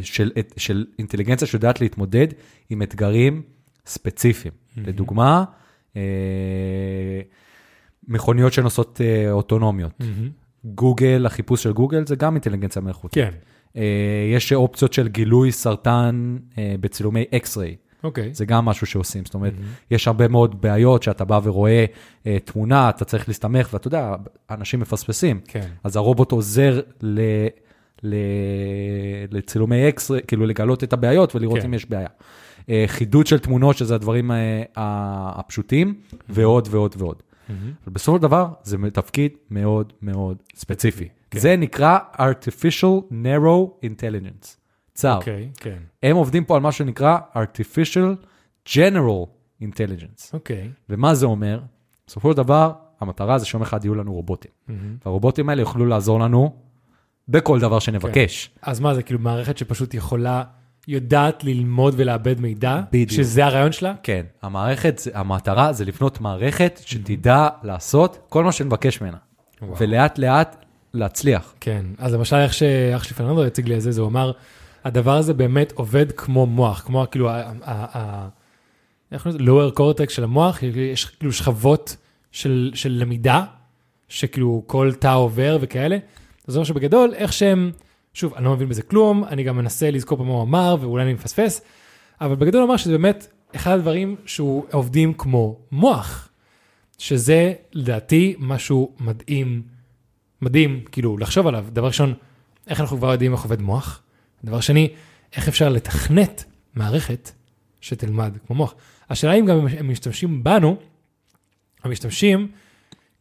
של, של אינטליגנציה שיודעת להתמודד עם אתגרים ספציפיים. לדוגמה, אה, מכוניות שנוסעות אה, אוטונומיות. גוגל, החיפוש של גוגל זה גם אינטליגנציה מלאכותית. כן, אה, יש אופציות של גילוי סרטן אה, בצילומי אקס-ריי. אוקיי. Mm-hmm. זה גם משהו שעושים, זאת אומרת, יש הרבה מאוד בעיות שאתה בא ורואה אה, תמונה, אתה צריך להסתמך, ואתה יודע, אנשים מפספסים. כן. אז הרובוט עוזר ל, ל, לצילומי אקס, כאילו לגלות את הבעיות ולראות כן. אם יש בעיה. אה, חידוד של תמונות, שזה הדברים אה, ה- הפשוטים, Mm-hmm. ועוד ועוד ועוד. אבל בסופו של דבר, זה תפקיד מאוד מאוד ספציפי. כן. זה נקרא artificial narrow intelligence. צר. אוקיי, כן. הם עובדים פה על מה שנקרא artificial general intelligence. אוקיי. ומה זה אומר? בסופו של דבר, המטרה זה שיום אחד יהיו לנו רובוטים. והרובוטים האלה יוכלו לעזור לנו בכל דבר שנבקש. כן. אז מה זה, כאילו מערכת שפשוט יכולה יודעת ללמוד ולאבד מידע, בדיוק. שזה הרעיון שלה, כן, המערכת, זה- המטרה זה לבנות מערכת שתדע לעשות כל מה שנבקש ממנה. וואו. ולאט לאט להצליח. כן, אז למשל איך שאח שלי פרננדו הציג לי את זה, זה הוא אמר, הדבר הזה באמת עובד כמו מוח, כמו כאילו, ה- ה- ה- איך קוראים לזה? lower cortex של המוח, יש כאילו שכבות של, של למידה, שכאילו כל תא עובר וכאלה. אז זה אומר שבגדול, איך שהם, שוב, אני לא מבין בזה כלום, אני גם מנסה לזכור פה מה הוא אמר, ואולי אני מפספס, אבל בגדול הוא אמר שזה באמת אחד הדברים שהוא עובדים כמו מוח, שזה לדעתי משהו מדהים. מדהים, כאילו, לחשוב עליו. דבר ראשון, איך אנחנו כבר יודעים איך עובד מוח? דבר שני, איך אפשר לתכנת מערכת שתלמד כמו מוח? השאלה אם גם הם משתמשים בנו, הם משתמשים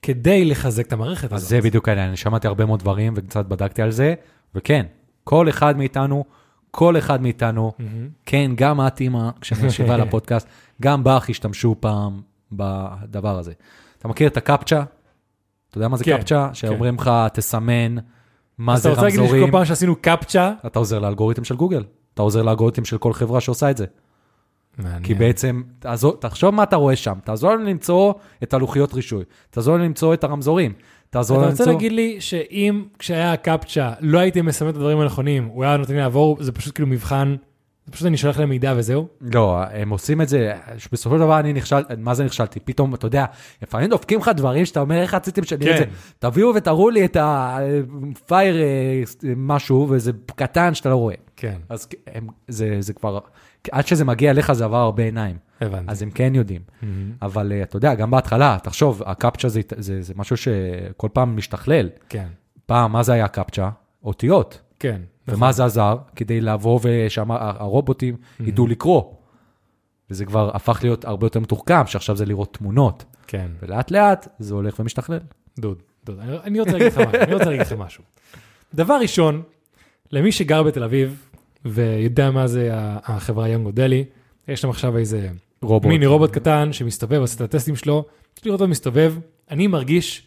כדי לחזק את המערכת אז הזאת. זה בדיוק העניין, אני שמעתי הרבה מאוד דברים וקצת בדקתי על זה, וכן, כל אחד מאיתנו, כל אחד מאיתנו, מהמם. כן, גם את אימא, [laughs] כשאני משיבה לפודקאסט, גם בך השתמשו פעם בדבר הזה. אתה מכיר את הקפצ'ה? אתה יודע מה זה כן, קפצ'ה? שאומרים לך, תסמן מה אז אתה זה רוצה להגיד לי רמזורים. שכל פעם שעשינו קפצ'ה, אתה עוזר לאלגוריתם של גוגל, אתה עוזר לאלגוריתם של כל חברה שעושה את זה. כן. כי בעצם, תעזור, תחשוב מה אתה רואה שם, תעזור לנו למצוא את הלוחיות רישוי, תעזור לנו למצוא את הרמזורים, תעזור אתה לנו רוצה למצוא... להגיד לי שאם כשהיה הקפצ'ה לא הייתי מסמן את הדברים הנכונים, הוא היה נותן לי לעבור, זה פשוט כאילו מבחן, זה פשוט אני שולח להם מידע וזהו? לא, הם עושים את זה, בסופו של דבר אני נכשל, מה זה נכשלתי? פתאום, אתה יודע, לפעמים דופקים לך דברים שאתה אומר, איך רציתם שאני אראה את כן. זה? תביאו ותראו לי את הפייר משהו, וזה קטן שאתה לא רואה. כן, אז הם, זה, זה כבר, עד שזה מגיע אליך זה עבר הרבה עיניים, הבנתי. אז הם כן יודעים. מהמם. אבל אה, אתה יודע, גם בהתחלה, תחשוב, הקפצ'ה זה, זה, זה משהו שכל פעם משתכלל. כן, פעם, מה זה היה קפצ'ה? אותיות. כן. ומה זה עזר? כדי לבוא ושהרובוטים Mhm. ידעו לקרוא. וזה כבר הפך להיות הרבה יותר מתוחכם, שעכשיו זה לראות תמונות. כן. ולאט לאט זה הולך ומשתכלל. דוד, דוד, אני- אני רוצה להגיד לך משהו, אני רוצה להגיד לך משהו. דבר ראשון, למי שגר בתל אביב ויודע מה זה ה- החברה יונגו דלי, יש להם עכשיו איזה רובוט. מיני רובוט קטן שמסתובב, עושה את הטסטים שלו, צריך לראות אותו מסתובב, אני מרגיש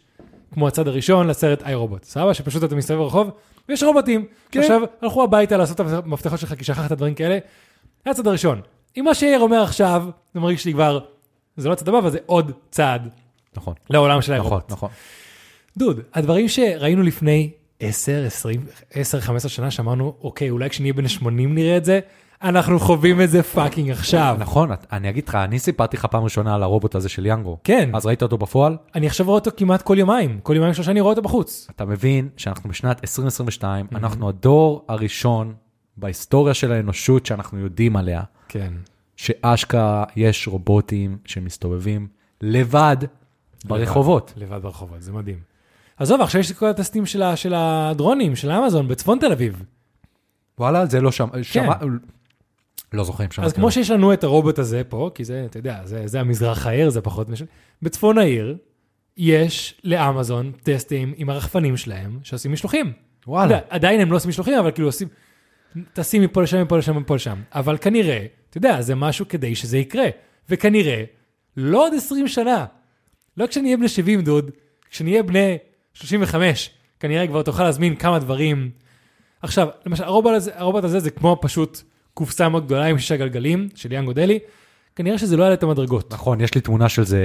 כמו הצד הראשון לסרט איי רובוט, סבבה? שפשוט אתה מסתובב ברחוב ויש רובוטים, כן. שעכשיו הלכו הביתה לעשות את המפתחות שלך כי שכחת דברים כאלה, זה הצד הראשון. אם מה שיאיר אומר עכשיו, זה מרגיש לי כבר, זה לא הצד הבא, אבל זה עוד צעד נכון, לעולם של האירופות. נכון, נכון. דוד, הדברים שראינו לפני 10, 20, 10, 15 שנה, שאמרנו, אוקיי, אולי כשנהיה בן 80 נראה את זה, אנחנו חווים את זה פאקינג עכשיו. נכון, את- אני אגיד לך, אני סיפרתי לך פעם ראשונה על הרובוט הזה של יאנגו. כן. אז ראית אותו בפועל? אני עכשיו רואה אותו כמעט כל יומיים, כל יומיים שלושה אני רואה אותו בחוץ. אתה מבין שאנחנו בשנת 2022, Mhm. אנחנו הדור הראשון בהיסטוריה של האנושות שאנחנו יודעים עליה, כן. שאשכרה יש רובוטים שמסתובבים לבד ברחובות. לבד ברחובות, זה מדהים. עזוב, עכשיו יש את כל הטסטים של, ה, של הדרונים, של אמזון, בצפון תל אביב. וואלה, זה לא שם, שמע... לא זוכר אם שמעתי. כן. אז כמו שיש לנו את הרובוט הזה פה, כי זה, אתה יודע, זה, זה המזרח העיר, זה פחות משנה. בצפון העיר, יש לאמזון טסטים עם הרחפנים שלהם שעושים משלוחים. וואלה. אתה יודע, עדיין הם לא עושים משלוחים, אבל כאילו עושים, טסים מפה לשם, מפה לשם, מפה לשם. אבל כנראה, אתה יודע, זה משהו כדי שזה יקרה. וכנראה, לא עוד 20 שנה. לא כשנהיה בני 70, דוד, כשנהיה בני 35, כנראה כבר תוכל להזמין כמה דברים. עכשיו, למשל, הרובוט הזה, הרובוט הזה זה כמו פשוט קופסה מאוד גדולה עם שישה גלגלים של יאנגו דלי. כנראה שזה לא יעלה את המדרגות. נכון, יש לי תמונה של זה,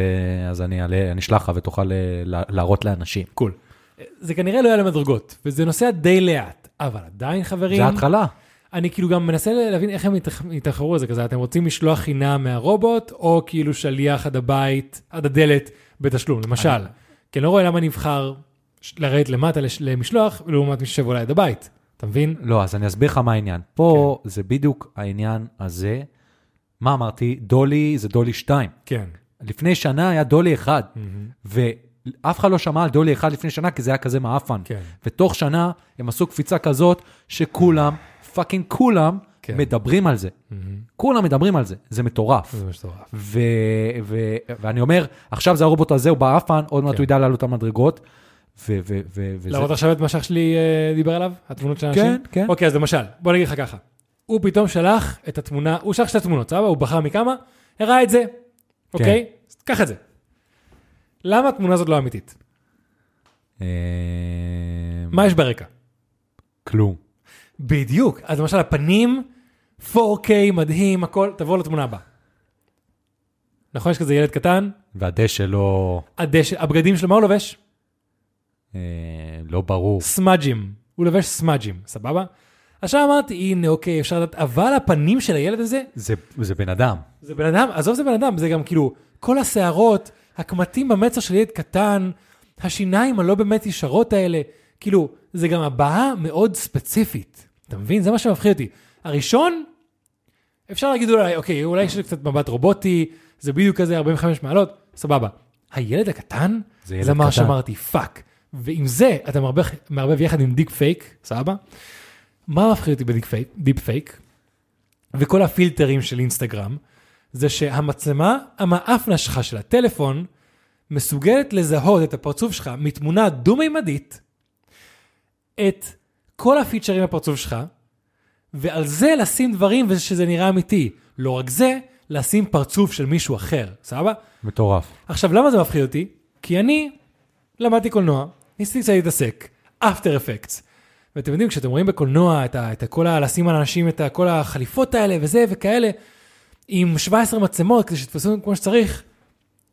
אז אני אעלה- אני אשלח לך ותוכל אה, לה- להראות לאנשים. קול. זה כנראה לא יעלה מדרגות, וזה נוסע די לאט, אבל עדיין, חברים... זה ההתחלה. אני כאילו גם מנסה להבין איך הם יתח- יתחרו על זה כזה, אתם רוצים משלוח חינם מהרובוט, או כאילו שליח עד הבית, עד הדלת, בתשלום, למשל. כי אני לא רואה למה נבחר ש- לרדת למטה לש- למשלוח, לעומת מי שיושב אולי עד הבית, אתה מבין? לא, אז אני אסביר לך מה העניין. פה כן. זה בדיוק העניין הזה. מה אמרתי? דולי זה דולי 2. כן. לפני שנה היה דולי 1, ואף אחד לא שמע על דולי 1 לפני שנה, כי זה היה כזה מעפן. כן. ותוך שנה הם עשו קפיצה כזאת, שכולם, פאקינג כולם, כן. מדברים על זה. כולם מדברים על זה, זה מטורף. זה מטורף. ו- ו- ואני אומר, עכשיו זה הרובוט הזה, הוא באפן, עוד כן. מעט הוא ידע לעלות את המדרגות. ו- ו- ו- וזה- להראות עכשיו את מה שאח שלי אה, דיבר עליו? התמונות של האנשים? כן, כן. אוקיי, אז למשל, בוא נגיד לך ככה. הוא פתאום שלח את התמונה, הוא שלח שתי תמונות, סבבה? הוא בחר מכמה, הראה את זה, אוקיי? אז קח את זה. למה התמונה הזאת לא אמיתית? אה, מה יש ברקע? כלום. בדיוק. אז למשל, הפנים 4K מדהים, הכל, תבוא לתמונה הבאה. נכון, יש כזה ילד קטן, והדשא לא, הדשא, הבגדים שלו, מה הוא לובש? אה, לא ברור. סמאג'ים. הוא לובש סמאג'ים, סבבה? עכשיו אמרתי, הנה, אוקיי, אפשר לדעת, אבל הפנים של הילד הזה, זה, זה בן אדם. זה בן אדם, עזוב זה בן אדם, זה גם כאילו, כל השערות, הקמטים במצח של ילד קטן, השיניים הלא באמת ישרות האלה, כאילו, זה גם הבעה מאוד ספציפית. אתה מבין? זה מה שמפחיד אותי. הראשון, אפשר להגיד אולי, אוקיי, אולי יש לו קצת מבט רובוטי, זה בדיוק כזה 45 מעלות, סבבה. הילד הקטן, זה ילד זה מה קטן. שאמרתי, פאק. ועם זה אתה מערבב, מערבב יחד עם דיק פייק, סבבה? מה מפחיד אותי בדיק פייק, דיפ פייק? וכל הפילטרים של אינסטגרם, זה שהמצלמה, המאפנה שלך של הטלפון, מסוגלת לזהות את הפרצוף שלך מתמונה דו-מימדית, את כל הפיצ'רים בפרצוף שלך, ועל זה לשים דברים ושזה נראה אמיתי. לא רק זה, לשים פרצוף של מישהו אחר, סבבה? מטורף. עכשיו, למה זה מפחיד אותי? כי אני למדתי קולנוע, ניסיתי קצת להתעסק, אפטר אפקטס. ואתם יודעים, כשאתם רואים בקולנוע את, ה, את כל ה... לשים על אנשים את ה, כל החליפות האלה וזה וכאלה, עם 17 מצלמות כדי שיתפסו כמו שצריך,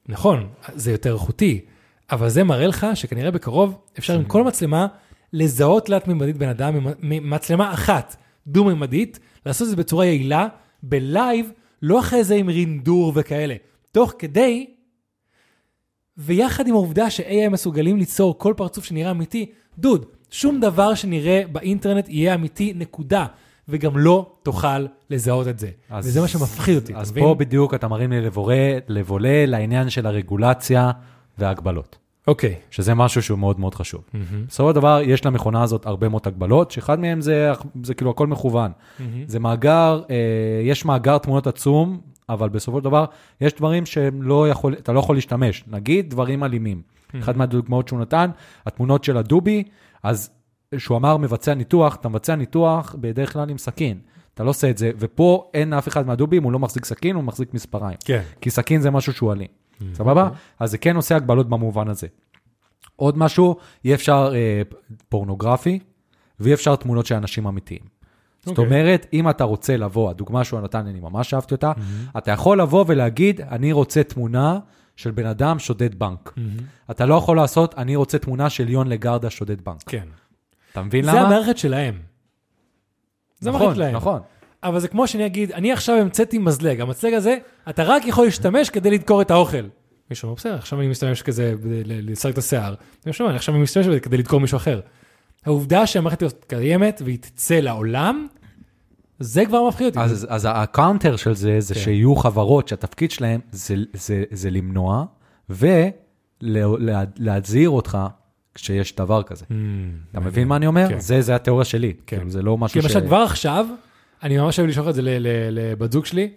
נכון, זה יותר איכותי, אבל זה מראה לך שכנראה בקרוב אפשר עם כל מצלמה לזהות תלת-ממדית בן אדם, ממ- ממצלמה אחת דו-ממדית, לעשות את זה בצורה יעילה, בלייב, לא אחרי זה עם רינדור וכאלה, תוך כדי ויחד עם העובדה ש-AI מסוגלים ליצור כל פרצוף שנראה אמיתי, דוד, שום דבר שנראה באינטרנט יהיה אמיתי, נקודה. וגם לא תוכל לזהות את זה. אז- וזה מה שמפחיד אותי, אתה אז מבין? פה בדיוק אתה מרים לי לבורא- לבולה לעניין של הרגולציה וההגבלות, אוקיי. שזה משהו שהוא מאוד מאוד חשוב. בסופו של דבר, יש למכונה הזאת הרבה מאוד הגבלות, שאחד מהם זה, זה כאילו הכל מכוון. זה מאגר, אה, יש מאגר תמונות עצום, אבל בסופו של דבר, יש דברים שהם לא יכול, אתה לא יכול להשתמש. נגיד, דברים אלימים. אחת מהדוגמאות שהוא נתן, התמונות של הדובי, אז שהוא אמר מבצע ניתוח, אתה מבצע ניתוח בדרך כלל עם סכין. אתה לא עושה את זה, ופה אין אף אחד מהדובים, הוא לא מחזיק סכין, הוא מחזיק מספריים. כן. כי סכין זה משהו שהוא אלים, סבבה? אז זה כן עושה הגבלות במובן הזה. עוד משהו, יהיה אפשר אה, פורנוגרפי, ואי אפשר תמונות של אנשים אמיתיים. זאת אוקיי. אומרת, אם אתה רוצה לבוא, הדוגמה שהוא נתן, אני ממש אהבתי אותה, אתה יכול לבוא ולהגיד, אני רוצה תמונה של בן אדם שודד בנק. אתה לא יכול לעשות, אני רוצה תמונה של יון לגרדה שודד בנק. כן. אתה מבין זה למה? המערכת שלהם. זה המערכת נכון, שלהם. נכון. אבל זה כמו שאני אגיד, אני עכשיו המצאתי מזלג, המצלג הזה, אתה רק יכול להשתמש כדי לדקור את האוכל. מישהו אומר, בסדר, עכשיו אני משתמש כזה, ב- ל- לסרק את השיער. אני שומע, עכשיו אני משתמש בזה כדי לדקור מישהו אחר. העובדה שהמערכת הזאת קיימת והיא תצא לעולם, זה כבר מפחיד אותי. אז, אז הקאונטר של זה, זה כן. כן. שיהיו חברות שהתפקיד שלהן זה, זה, זה למנוע ולהזהיר אותך כשיש דבר כזה. Mm. אתה מבין מה אני אומר? כן. זה, זה התיאוריה שלי. כן. כן. כאילו, זה לא כי משהו למשל, כבר עכשיו, אני ממש אוהב לשלוח את זה ל- ל- לבת זוג שלי.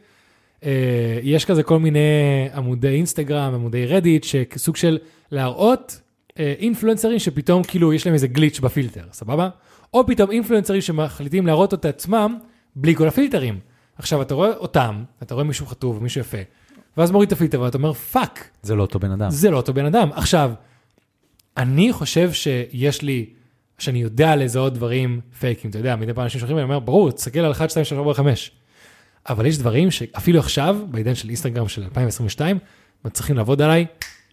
אה, יש כזה כל מיני עמודי אינסטגרם, עמודי רדיט, שסוג של להראות אה, אינפלואנסרים שפתאום כאילו יש להם איזה גליץ' בפילטר, סבבה? או פתאום אינפלואנסרים שמחליטים להראות את עצמם בלי כל הפילטרים. עכשיו, אתה רואה אותם, אתה רואה מישהו חטוב ומישהו יפה, ואז מוריד את הפילטר ואתה אומר, פאק, זה לא אותו בן אדם. זה לא אותו בן אדם. עכשיו, אני חושב שיש לי, שאני יודע לזהות דברים פייקים, אתה יודע, מדי פעם אנשים שולחים לי, אני אומר, ברור, תסתכל על 1, 2, 3, 4, 5. אבל יש דברים שאפילו עכשיו, בעידן של אינסטגרם של 2022, מצליחים לעבוד עליי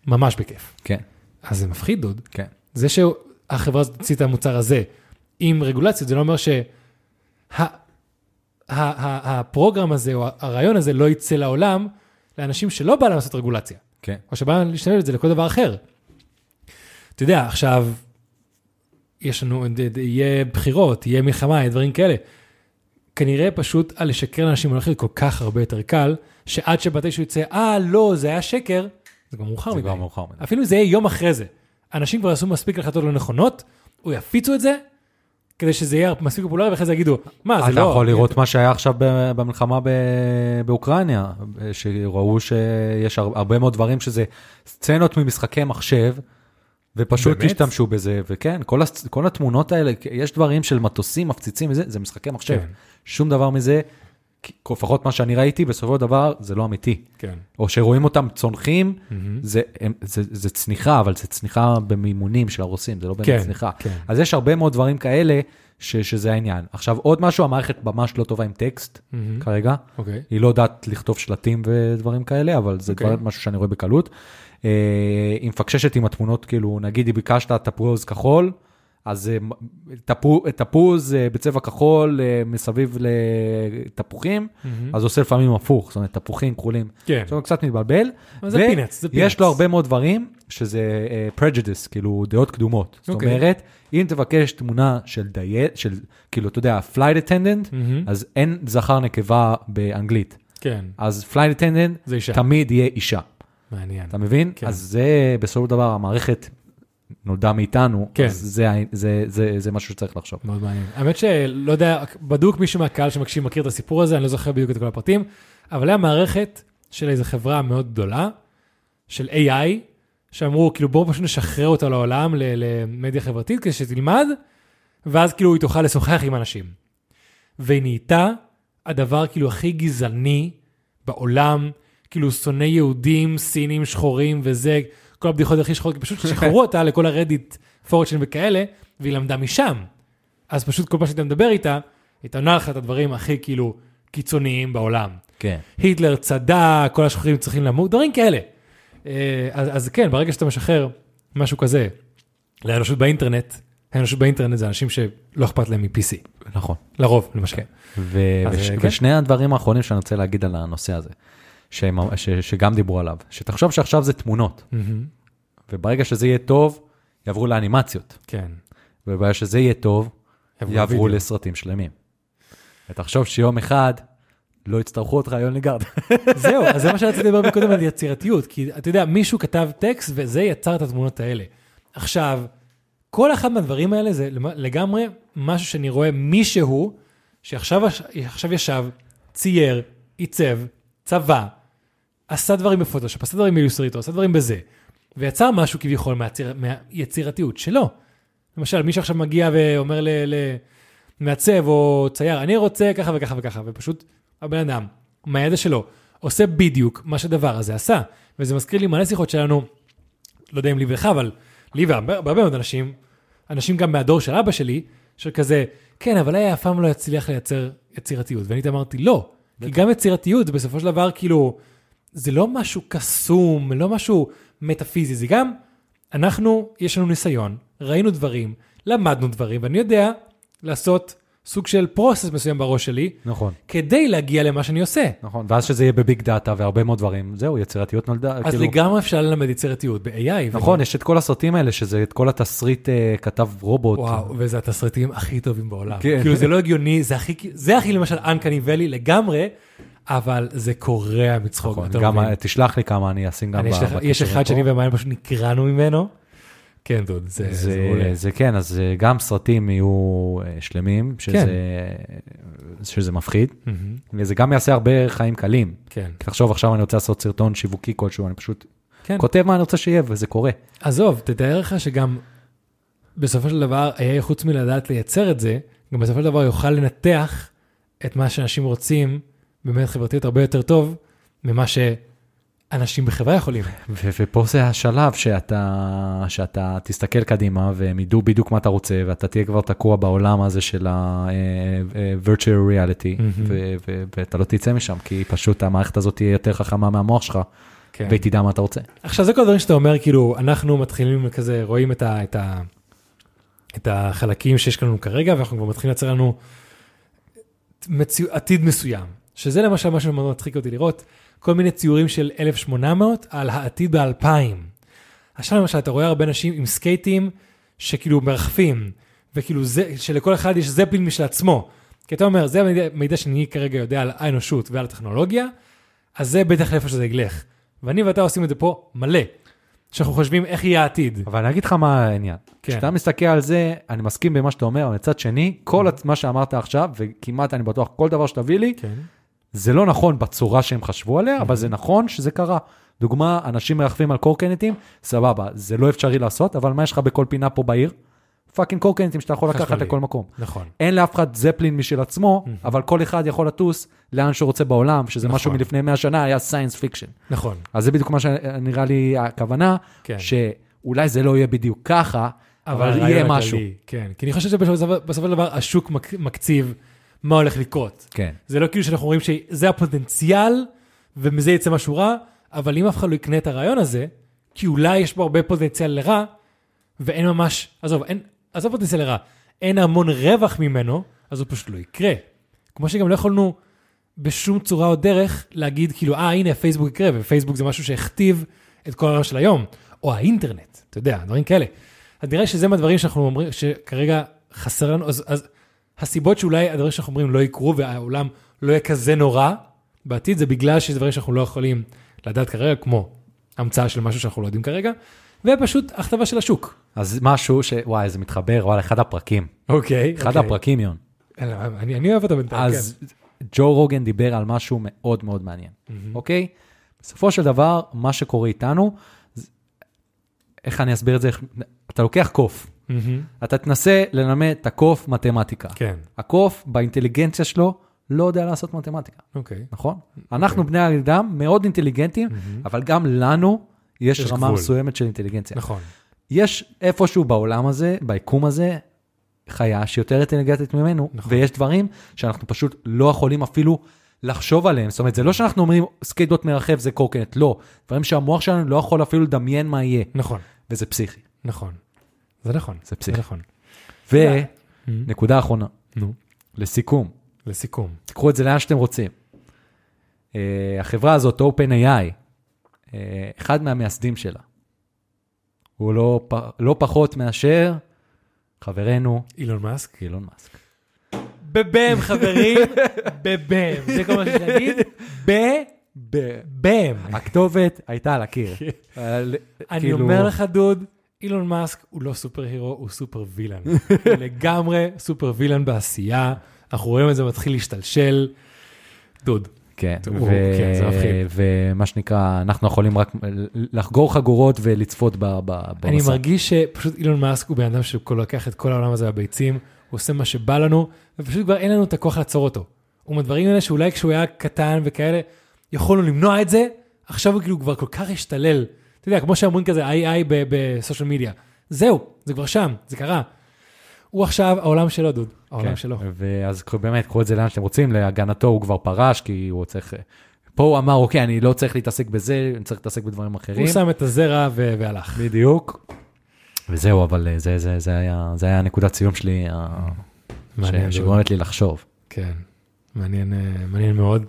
ממש בכיף. כן, אז זה מפחיד, דוד. כן. זה שהחברה הזאת הוציאה את המוצר הזה עם רגולציות, זה לא אומר שה... ה- ה- הפרוגרם הזה או הרעיון הזה לא יצא לעולם לאנשים שלא בא להם לעשות רגולציה. כן. או שבא להשתמש בזה לכל דבר אחר. אתה יודע, עכשיו, יש לנו, ד- ד- יהיה בחירות, יהיה מלחמה, יהיה דברים כאלה. כנראה פשוט על לשקר לאנשים הולך להיות כל כך הרבה יותר קל, שעד שמתישהו יצא, אה, לא, זה היה שקר, זה כבר מאוחר זה מדי. כבר מאוחר מדי. אפילו אם זה יהיה יום אחרי זה. אנשים כבר עשו מספיק החלטות לא נכונות, או יפיצו את זה, כדי שזה יהיה מספיק פופולרי, ואחרי זה יגידו, מה, זה אתה לא... יכול לראות מה שהיה עכשיו ב- במלחמה ב- באוקראינה, שראו שיש הר- הרבה מאוד דברים שזה סצנות ממשחקי מחשב, ופשוט באמת? השתמשו בזה, וכן, כל, הס- כל התמונות האלה, יש דברים של מטוסים, מפציצים וזה, זה משחקי מחשב. כן. שום דבר מזה כי- לפחות מה שאני ראיתי, בסופו של דבר זה לא אמיתי. כן. או שרואים אותם צונחים, זה, הם, זה, זה צניחה, אבל זה צניחה במימונים של הרוסים, זה לא באמת כן, צניחה. כן. אז יש הרבה מאוד דברים כאלה ש, שזה העניין. עכשיו, עוד משהו, המערכת ממש לא טובה עם טקסט מהמם. כרגע. אוקיי. היא לא יודעת לכתוב שלטים ודברים כאלה, אבל זה okay. אוקיי. דבר, משהו שאני רואה בקלות. אה, היא מפקששת עם התמונות, כאילו, נגיד, היא ביקשת תפוז כחול, אז אה, מ- תפו- תפוז אה, בצבע כחול אה, מסביב לתפוחים, מהמם. אז עושה לפעמים הפוך, זאת אומרת, תפוחים כחולים. כן. עכשיו הוא קצת מתבלבל. אבל זה ו- peanuts, זה יש peanuts. לו הרבה מאוד דברים שזה uh, prejudice, כאילו דעות קדומות. זאת אוקיי. אומרת, אם תבקש תמונה של דיית, של כאילו, אתה יודע, flight attendant, מהמם. אז אין זכר נקבה באנגלית. כן. אז flight attendant זה אישה. תמיד יהיה אישה, מעניין. אתה מבין? כן. אז זה בסופו של דבר המערכת נולדה מאיתנו, כן. אז זה, ה- זה, זה, זה משהו שצריך לחשוב. מאוד מעניין. האמת שלא יודע, בדוק מישהו מהקהל שמקשיב מכיר את הסיפור הזה, אני לא זוכר בדיוק את כל הפרטים, אבל היה מערכת של איזו חברה מאוד גדולה, של AI, שאמרו, כאילו בואו פשוט נשחרר אותה לעולם ל- למדיה חברתית כדי שתלמד, ואז כאילו היא תוכל לשוחח עם אנשים. והיא נהייתה הדבר כאילו הכי גזעני בעולם, כאילו שונא יהודים, סינים, שחורים וזה, כל הבדיחות הכי שחורות, כי פשוט שחררו אותה לכל הרדיט פורצ'ן וכאלה, והיא למדה משם. אז פשוט כל פעם שאתה מדבר איתה, היא תענה לך את הדברים הכי כאילו קיצוניים בעולם. כן. היטלר צדק, כל השחורים צריכים למות, דברים כאלה. אה, אז, אז כן, ברגע שאתה משחרר משהו כזה לאנושות באינטרנט, האנושות באינטרנט זה אנשים שלא אכפת להם מ-PC, נכון. לרוב למשל. כן. ו- אז, וש- כן. ושני הדברים האחרונים שאני רוצה להגיד על הנושא הזה, שהם- ש- שגם דיברו עליו, שתחשוב שעכשיו זה תמונות, וברגע שזה יהיה טוב, יעברו לאנימציות, כן. לא וברגע שזה יהיה טוב, יעברו לוידאו. לסרטים שלמים. ותחשוב שיום אחד לא יצטרכו אותך, יוני גארד. [laughs] זהו, אז זה מה שרציתי לדבר קודם על יצירתיות, כי אתה יודע, מישהו כתב טקסט וזה יצר את התמונות האלה. עכשיו, כל אחד מהדברים האלה זה למ- לגמרי משהו שאני רואה מישהו שעכשיו הש- עכשיו ישב, צייר, עיצב, צבע, עשה דברים בפוטושופ, עשה דברים באילוסטריטו, עשה דברים בזה, ויצר משהו כביכול מהציר, מהיצירתיות שלו. למשל, מי שעכשיו מגיע ואומר ל... ל מעצב או צייר, אני רוצה ככה וככה וככה, ופשוט הבן אדם, מהידע שלו, עושה בדיוק מה שהדבר הזה עשה. וזה מזכיר לי מלא שיחות שלנו, לא יודע אם לי ולך, אבל לי והרבה בהרבה מאוד אנשים, אנשים גם מהדור של אבא שלי, שכזה, כן, אבל היה אף פעם לא יצליח לייצר יצירתיות. ואני תמיד אמרתי, לא, כי גם יצירתיות זה בסופו של דבר, כאילו, זה לא משהו קסום, לא משהו מטאפיזי, זה גם, אנחנו, יש לנו ניסיון, ראינו דברים, למדנו דברים, ואני יודע לעשות סוג של פרוסס מסוים בראש שלי, נכון, כדי להגיע למה שאני עושה. נכון, ואז שזה יהיה בביג דאטה והרבה מאוד דברים, זהו, יצירתיות נולדה, כאילו- אז לגמרי אפשר ללמד יצירתיות ב-AI. נכון, יש את כל הסרטים האלה, שזה את כל התסריט אה, כתב רובוט. וואו, וזה התסריטים הכי טובים בעולם. כן. כאילו, זה לא הגיוני, זה הכי, זה הכי למשל אנקני ולי לגמרי, אבל זה קורע מצחוק. נכון, אתה גם מבין? ה- תשלח לי כמה, אני אשים גם אני, יש, לך, בקישורים יש אחד פה. שאני ומעיין פשוט נקרענו ממנו. כן, דוד, זה, זה, זה, מעולה. זה, זה כן, אז אה, גם סרטים יהו אה, שלמים, שזה, כן. שזה מפחיד, מהמם, וזה גם יעשה הרבה חיים קלים. כן. כי תחשוב, עכשיו אני רוצה לעשות סרטון שיווקי כלשהו, אני פשוט כן. כותב מה אני רוצה שיהיה, וזה קורה. עזוב, תתאר לך שגם בסופו של דבר, AI חוץ מלדעת לייצר את זה, גם בסופו של דבר יוכל לנתח את מה שאנשים רוצים באמת חברתית הרבה יותר טוב ממה שאנשים בחברה [laughs] יכולים. ו- ופה זה השלב שאתה, שאתה תסתכל קדימה, והם ידעו בדיוק מה אתה רוצה, ואתה תהיה כבר תקוע בעולם הזה של ה-virtual reality, מהמם. ו- ו- ואתה לא תצא משם, כי פשוט המערכת הזאת תהיה יותר חכמה מהמוח שלך, כן. והיא תדע מה אתה רוצה. עכשיו זה כל הדברים שאתה אומר כאילו אנחנו מתחילים כזה רואים את, ה, את, ה, את החלקים שיש לנו כרגע ואנחנו כבר מתחילים לייצר לנו מציא, עתיד מסוים שזה למשל מה שמאוד מצחיק אותי לראות כל מיני ציורים של 1800 על העתיד ב-2000. עכשיו למשל אתה רואה הרבה אנשים עם סקייטים שכאילו מרחפים וכאילו זה שלכל אחד יש זפלין משל עצמו. כי אתה אומר זה המידע, מידע שאני כרגע יודע על האנושות ועל הטכנולוגיה אז זה בטח לאיפה שזה ילך. ואני ואתה עושים את זה פה מלא, שאנחנו חושבים איך יהיה העתיד. אבל אני אגיד לך מה העניין. כן. כשאתה מסתכל על זה, אני מסכים במה שאתה אומר, אבל מצד שני, כל הצ- מה שאמרת עכשיו, וכמעט אני בטוח, כל דבר שתביא לי, כן. זה לא נכון בצורה שהם חשבו עליה, אבל זה נכון שזה קרה. דוגמה, אנשים מרחפים על קורקנטים, סבבה, זה לא אפשרי לעשות, אבל מה יש לך בכל פינה פה בעיר? פאקינג קורקנטים שאתה יכול לקחת חשמליים. לכל מקום. נכון. אין לאף אחד זפלין משל עצמו, אבל כל אחד יכול לטוס לאן שהוא רוצה בעולם, שזה משהו נכון. מלפני 100 שנה, היה סיינס פיקשן. נכון. אז זה בדיוק מה שנראה לי הכוונה, כן. שאולי זה לא יהיה בדיוק ככה, אבל יהיה הרעיון משהו. הכללי, כן, כי אני חושב שבסופו של דבר השוק מק- מקציב מה הולך לקרות. כן. זה לא כאילו שאנחנו רואים שזה הפוטנציאל, ומזה יצא משהו רע, אבל אם אף אחד לא יקנה את הרעיון הזה, כי אולי יש בו הרבה פוטנציאל לרע, ואין ממש, עזוב, אין, עזוב פוטנציאל לרע, אין המון רווח ממנו, אז הוא פשוט לא יקרה. כמו שגם לא יכולנו בשום צורה או דרך להגיד כאילו, אה, הנה, פייסבוק יקרה, ופייסבוק זה משהו שהכתיב את כל הרעיון של היום, או האינטרנט, אתה יודע, דברים כאלה. אז נראה שזה מהדברים שאנחנו אומרים, שכרגע חסר לנו, אז, אז הסיבות שאולי הדברים שאנחנו אומרים לא יקרו והעולם לא יהיה כזה נורא בעתיד, זה בגלל שזה דברים שאנחנו לא יכולים לדעת כרגע, כמו המצאה של משהו שאנחנו לא יודעים כרגע, ופשוט הכתבה של השוק. אז משהו ש... וואי, זה מתחבר, וואלה, אחד הפרקים. אוקיי. אחד הפרקים, יון. אני, אני אוהב אותו בינתיים, אז כן. ג'ו רוגן דיבר על משהו מאוד מאוד מעניין, אוקיי? בסופו של דבר, מה שקורה איתנו, זה- איך אני אסביר את זה? איך- אתה לוקח קוף, כן. מהמם. אתה תנסה ללמד את הקוף מתמטיקה. כן, הקוף, באינטליגנציה שלו, לא יודע לעשות מתמטיקה, אוקיי. נכון? אנחנו בני אדם מאוד אינטליגנטים, אבל גם לנו יש יש רמה גבול. מסוימת של אינטליגנציה. נכון. יש איפשהו בעולם הזה, ביקום הזה, חיה שיותר אינטליגנטית ממנו, נכון. ויש דברים שאנחנו פשוט לא יכולים אפילו לחשוב עליהם. זאת אומרת, זה לא שאנחנו אומרים סקייטבוט מרחב זה קורקנט, לא. דברים שהמוח שלנו לא יכול אפילו לדמיין מה יהיה, נכון, וזה פסיכי. נכון. זה נכון. זה פסיכי. נכון. ונקודה אחרונה, נו, לסיכום, לסיכום. תיקחו את זה לאן שאתם רוצים. Uh, החברה הזאת, OpenAI, uh, אחד מהמייסדים שלה, הוא לא, פ- לא פחות מאשר חברנו אילון מאסק. אילון מאסק. בבם, חברים, בבם. זה כל מה שיש [laughs] להגיד. בבם. הכתובת הייתה על [laughs] הקיר. על- אני כאילו- אומר לך, דוד, אילון מאסק הוא לא סופר הירו, הוא סופר וילן. הוא לגמרי סופר וילן בעשייה, אנחנו רואים את זה מתחיל להשתלשל. דוד, כן, טוב, ו- כן, זה מפחיד. ומה שנקרא, אנחנו יכולים רק לחגור חגורות ולצפות ב- ב- במסע. אני מרגיש שפשוט אילון מאסק הוא בן אדם שכל לוקח את כל העולם הזה בביצים, הוא עושה מה שבא לנו, ופשוט כבר אין לנו את הכוח לעצור אותו. הוא מהדברים האלה שאולי כשהוא היה קטן וכאלה, יכולנו למנוע את זה, עכשיו הוא כאילו כבר כל כך השתלל. אתה יודע, כמו שאומרים כזה, איי איי ב- בסושיאל מדיה. זהו, זה כבר שם, זה קרה. הוא עכשיו, העולם שלו, דוד, העולם כן. שלו. ואז קחו- באמת, קחו את זה לאן שאתם רוצים, להגנתו הוא כבר פרש, כי הוא צריך... פה הוא אמר, אוקיי, אני לא צריך להתעסק בזה, אני צריך להתעסק בדברים אחרים. הוא שם את הזרע ו- והלך. בדיוק. וזהו, אבל אה, זה- זה- זה היה- זה היה נקודת סיום שלי, אה, מעניין, ש- דוד. שגורמת לי לחשוב. כן, מעניין, אה, מעניין מאוד.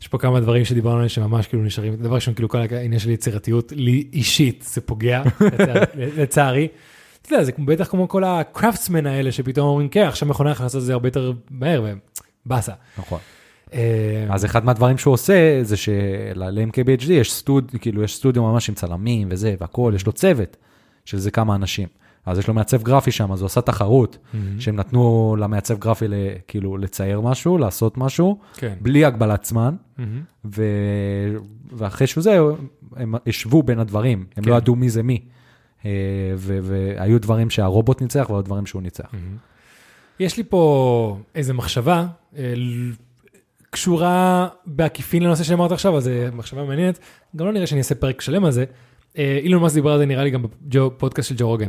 יש פה כמה דברים שדיברנו עליהם שממש כאילו נשארים, דבר ראשון, כאילו כל העניין של יצירתיות, לי אישית זה פוגע, לצע- לצערי. אתה יודע, זה כמו- בטח כמו כל הקראפטסמן האלה שפתאום אומרים, כן, עכשיו מכונה יכולה לעשות את זה הרבה יותר מהר, ובאסה. נכון. אה, אז אחד מהדברים שהוא עושה זה של-MKBHD יש סטוד, כאילו יש סטודיו ממש עם צלמים וזה והכול, יש לו צוות של זה כמה אנשים. אז יש לו מעצב גרפי שם, אז הוא עשה תחרות, שהם נתנו למעצב גרפי ל, כאילו לצייר משהו, לעשות משהו, כן. בלי הגבלת זמן, מהמם. ו... ואחרי שהוא זה, הם השוו בין הדברים, הם כן. לא ידעו מי זה מי. אה, ו- והיו דברים שהרובוט ניצח והיו דברים שהוא ניצח. יש לי פה איזה מחשבה, אה, ל- קשורה בעקיפין לנושא שאמרת עכשיו, אז זו מחשבה מעניינת. גם לא נראה שאני אעשה פרק שלם על זה. אה, אילון מאס דיבר על זה נראה לי גם בפודקאסט של ג'ו רוגן.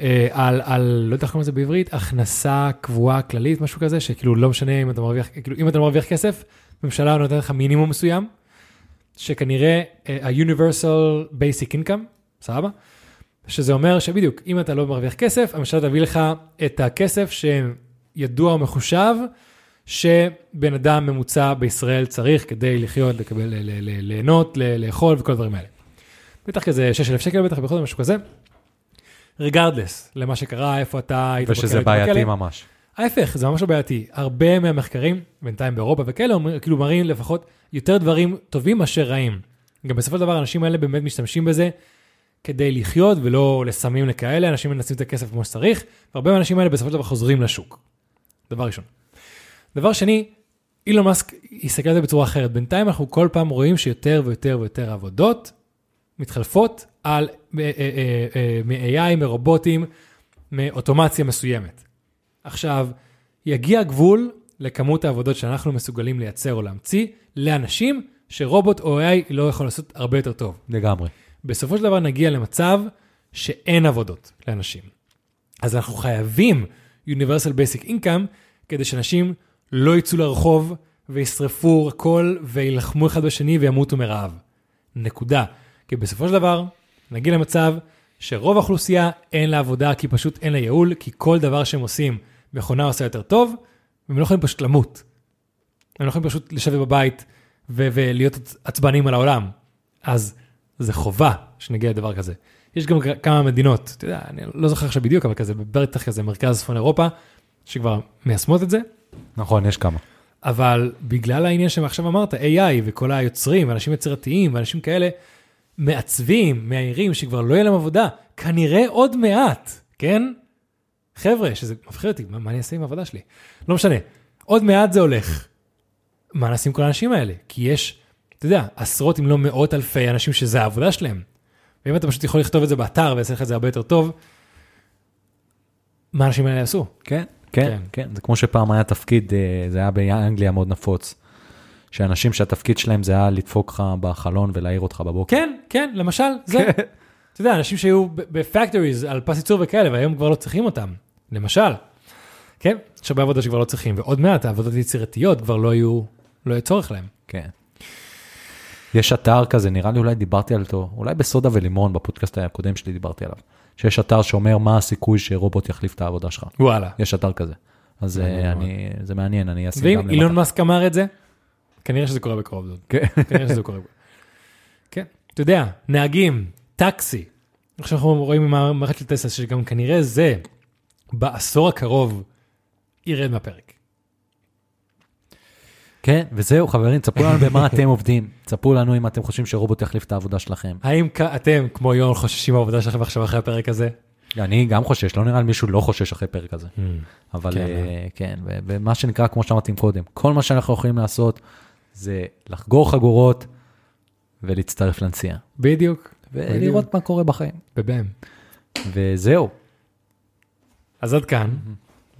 אה, על, על, לא יודע איך קוראים לזה בעברית, הכנסה קבועה כללית, משהו כזה, שכאילו לא משנה אם אתה מרוויח, כאילו אם אתה לא מרוויח כסף, ממשלה נותנת לך מינימום מסוים, שכנראה אה, ה-Universal Basic Income, סבבה? שזה אומר שבדיוק, אם אתה לא מרוויח כסף, הממשלה תביא לך את הכסף שידוע או מחושב, שבן אדם ממוצע בישראל צריך כדי לחיות, לקבל, ל- ל- ל- ליהנות, ל- לאכול וכל הדברים האלה. בטח כזה 6,000 שקל בטח בכל זאת, משהו כזה. רגרדלס למה שקרה, איפה אתה היית בכלא, ושזה היית בכלא. בעייתי ממש. ההפך, זה ממש לא בעייתי. הרבה מהמחקרים, בינתיים באירופה וכאלה, אומרים- כאילו מראים לפחות יותר דברים טובים מאשר רעים. גם בסופו של דבר, האנשים האלה באמת משתמשים בזה כדי לחיות ולא לסמים לכאלה, אנשים מנסים את הכסף כמו שצריך, והרבה מהאנשים האלה בסופו של דבר חוזרים לשוק. דבר ראשון. דבר שני, אילון מאסק יסתכל על זה בצורה אחרת. בינתיים אנחנו כל פעם רואים שיותר ויותר ויותר עבודות מתחלפות על אה, אה, אה, אה, מ-AI, מרובוטים, מאוטומציה מסוימת. עכשיו, יגיע גבול לכמות העבודות שאנחנו מסוגלים לייצר או להמציא לאנשים שרובוט או AI לא יכול לעשות הרבה יותר טוב. לגמרי. בסופו של דבר נגיע למצב שאין עבודות לאנשים. אז אנחנו חייבים Universal Basic Income כדי שאנשים לא יצאו לרחוב וישרפו הכל וילחמו אחד בשני וימותו מרעב. נקודה. כי בסופו של דבר נגיע למצב שרוב האוכלוסייה אין לה עבודה כי פשוט אין לה ייעול, כי כל דבר שהם עושים מכונה עושה יותר טוב, והם לא יכולים פשוט למות. הם לא יכולים פשוט לשבת בבית ו- ולהיות עצבנים על העולם. אז זה חובה שנגיע לדבר כזה. יש גם כמה מדינות, אתה יודע, אני לא זוכר עכשיו בדיוק, אבל כזה, בטח כזה מרכז צפון אירופה, שכבר מיישמות את זה, נכון, יש כמה. אבל בגלל העניין שעכשיו אמרת, AI וכל היוצרים, אנשים יצירתיים ואנשים כאלה, מעצבים, מאיירים, שכבר לא יהיה להם עבודה, כנראה עוד מעט, כן? חבר'ה, שזה מפחיד אותי, מה, מה אני אעשה עם העבודה שלי? לא משנה, עוד מעט זה הולך. מה נעשה עם כל האנשים האלה? כי יש, אתה יודע, עשרות אם לא מאות אלפי אנשים שזה העבודה שלהם. ואם אתה פשוט יכול לכתוב את זה באתר ויעשה לך את זה הרבה יותר טוב, מה האנשים האלה יעשו? כן, כן, כן. כן. זה כמו שפעם היה תפקיד, אה, זה היה באנגליה מאוד נפוץ, שאנשים שהתפקיד שלהם זה היה לדפוק לך בחלון ולהעיר אותך בבוקר. כן, כן, למשל, [laughs] זה. אתה יודע, אנשים שהיו בפקטוריז על פס ייצור וכאלה, והיום כבר לא צריכים אותם, למשל. כן, יש הרבה עבודות שכבר לא צריכים, ועוד מעט העבודות היצירתיות כבר לא יהיו, לא יהיה צורך להם. כן. יש אתר כזה, נראה לי אולי דיברתי על אותו, אולי בסודה ולימון, בפודקאסט הקודם שלי דיברתי עליו, שיש אתר שאומר מה הסיכוי שרובוט יחליף את העבודה שלך. וואלה. יש אתר כזה. אז אה, אני, זה מעניין, אני אשים גם ואם [laughs] אילון למטה. מאסק אמר את זה, כנראה שזה קורה בקרוב, דוד. כן. כנראה שזה קורה. כן, אתה יודע, נהגים, טקסי. עכשיו אנחנו רואים עם המערכת של טסלה, שגם כנראה זה, בעשור הקרוב, ירד מהפרק. כן, וזהו חברים, תספרו לנו במה אתם עובדים. תספרו לנו אם אתם חושבים שרובוט יחליף את העבודה שלכם. האם כ- אתם, כמו יון, חוששים מהעבודה שלכם עכשיו אחרי הפרק הזה? אני גם חושש, לא נראה לי מישהו לא חושש אחרי פרק הזה. אבל כן, אה, כן, ו- ומה שנקרא, כמו שאמרתי קודם, כל מה שאנחנו יכולים לעשות זה לחגור חגורות ולהצטרף לנסיעה. בדיוק. ולראות מה קורה בחיים. בבם. וזהו, אז עד כאן,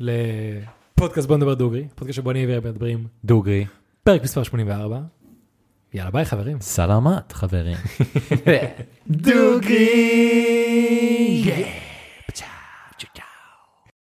לפודקאסט בוא נדבר דוגרי, פודקאסט שבו אני ומדברים, דוגרי, פרק מספר 84. יאללה ביי חברים. סלמת, חברים. דוגרי!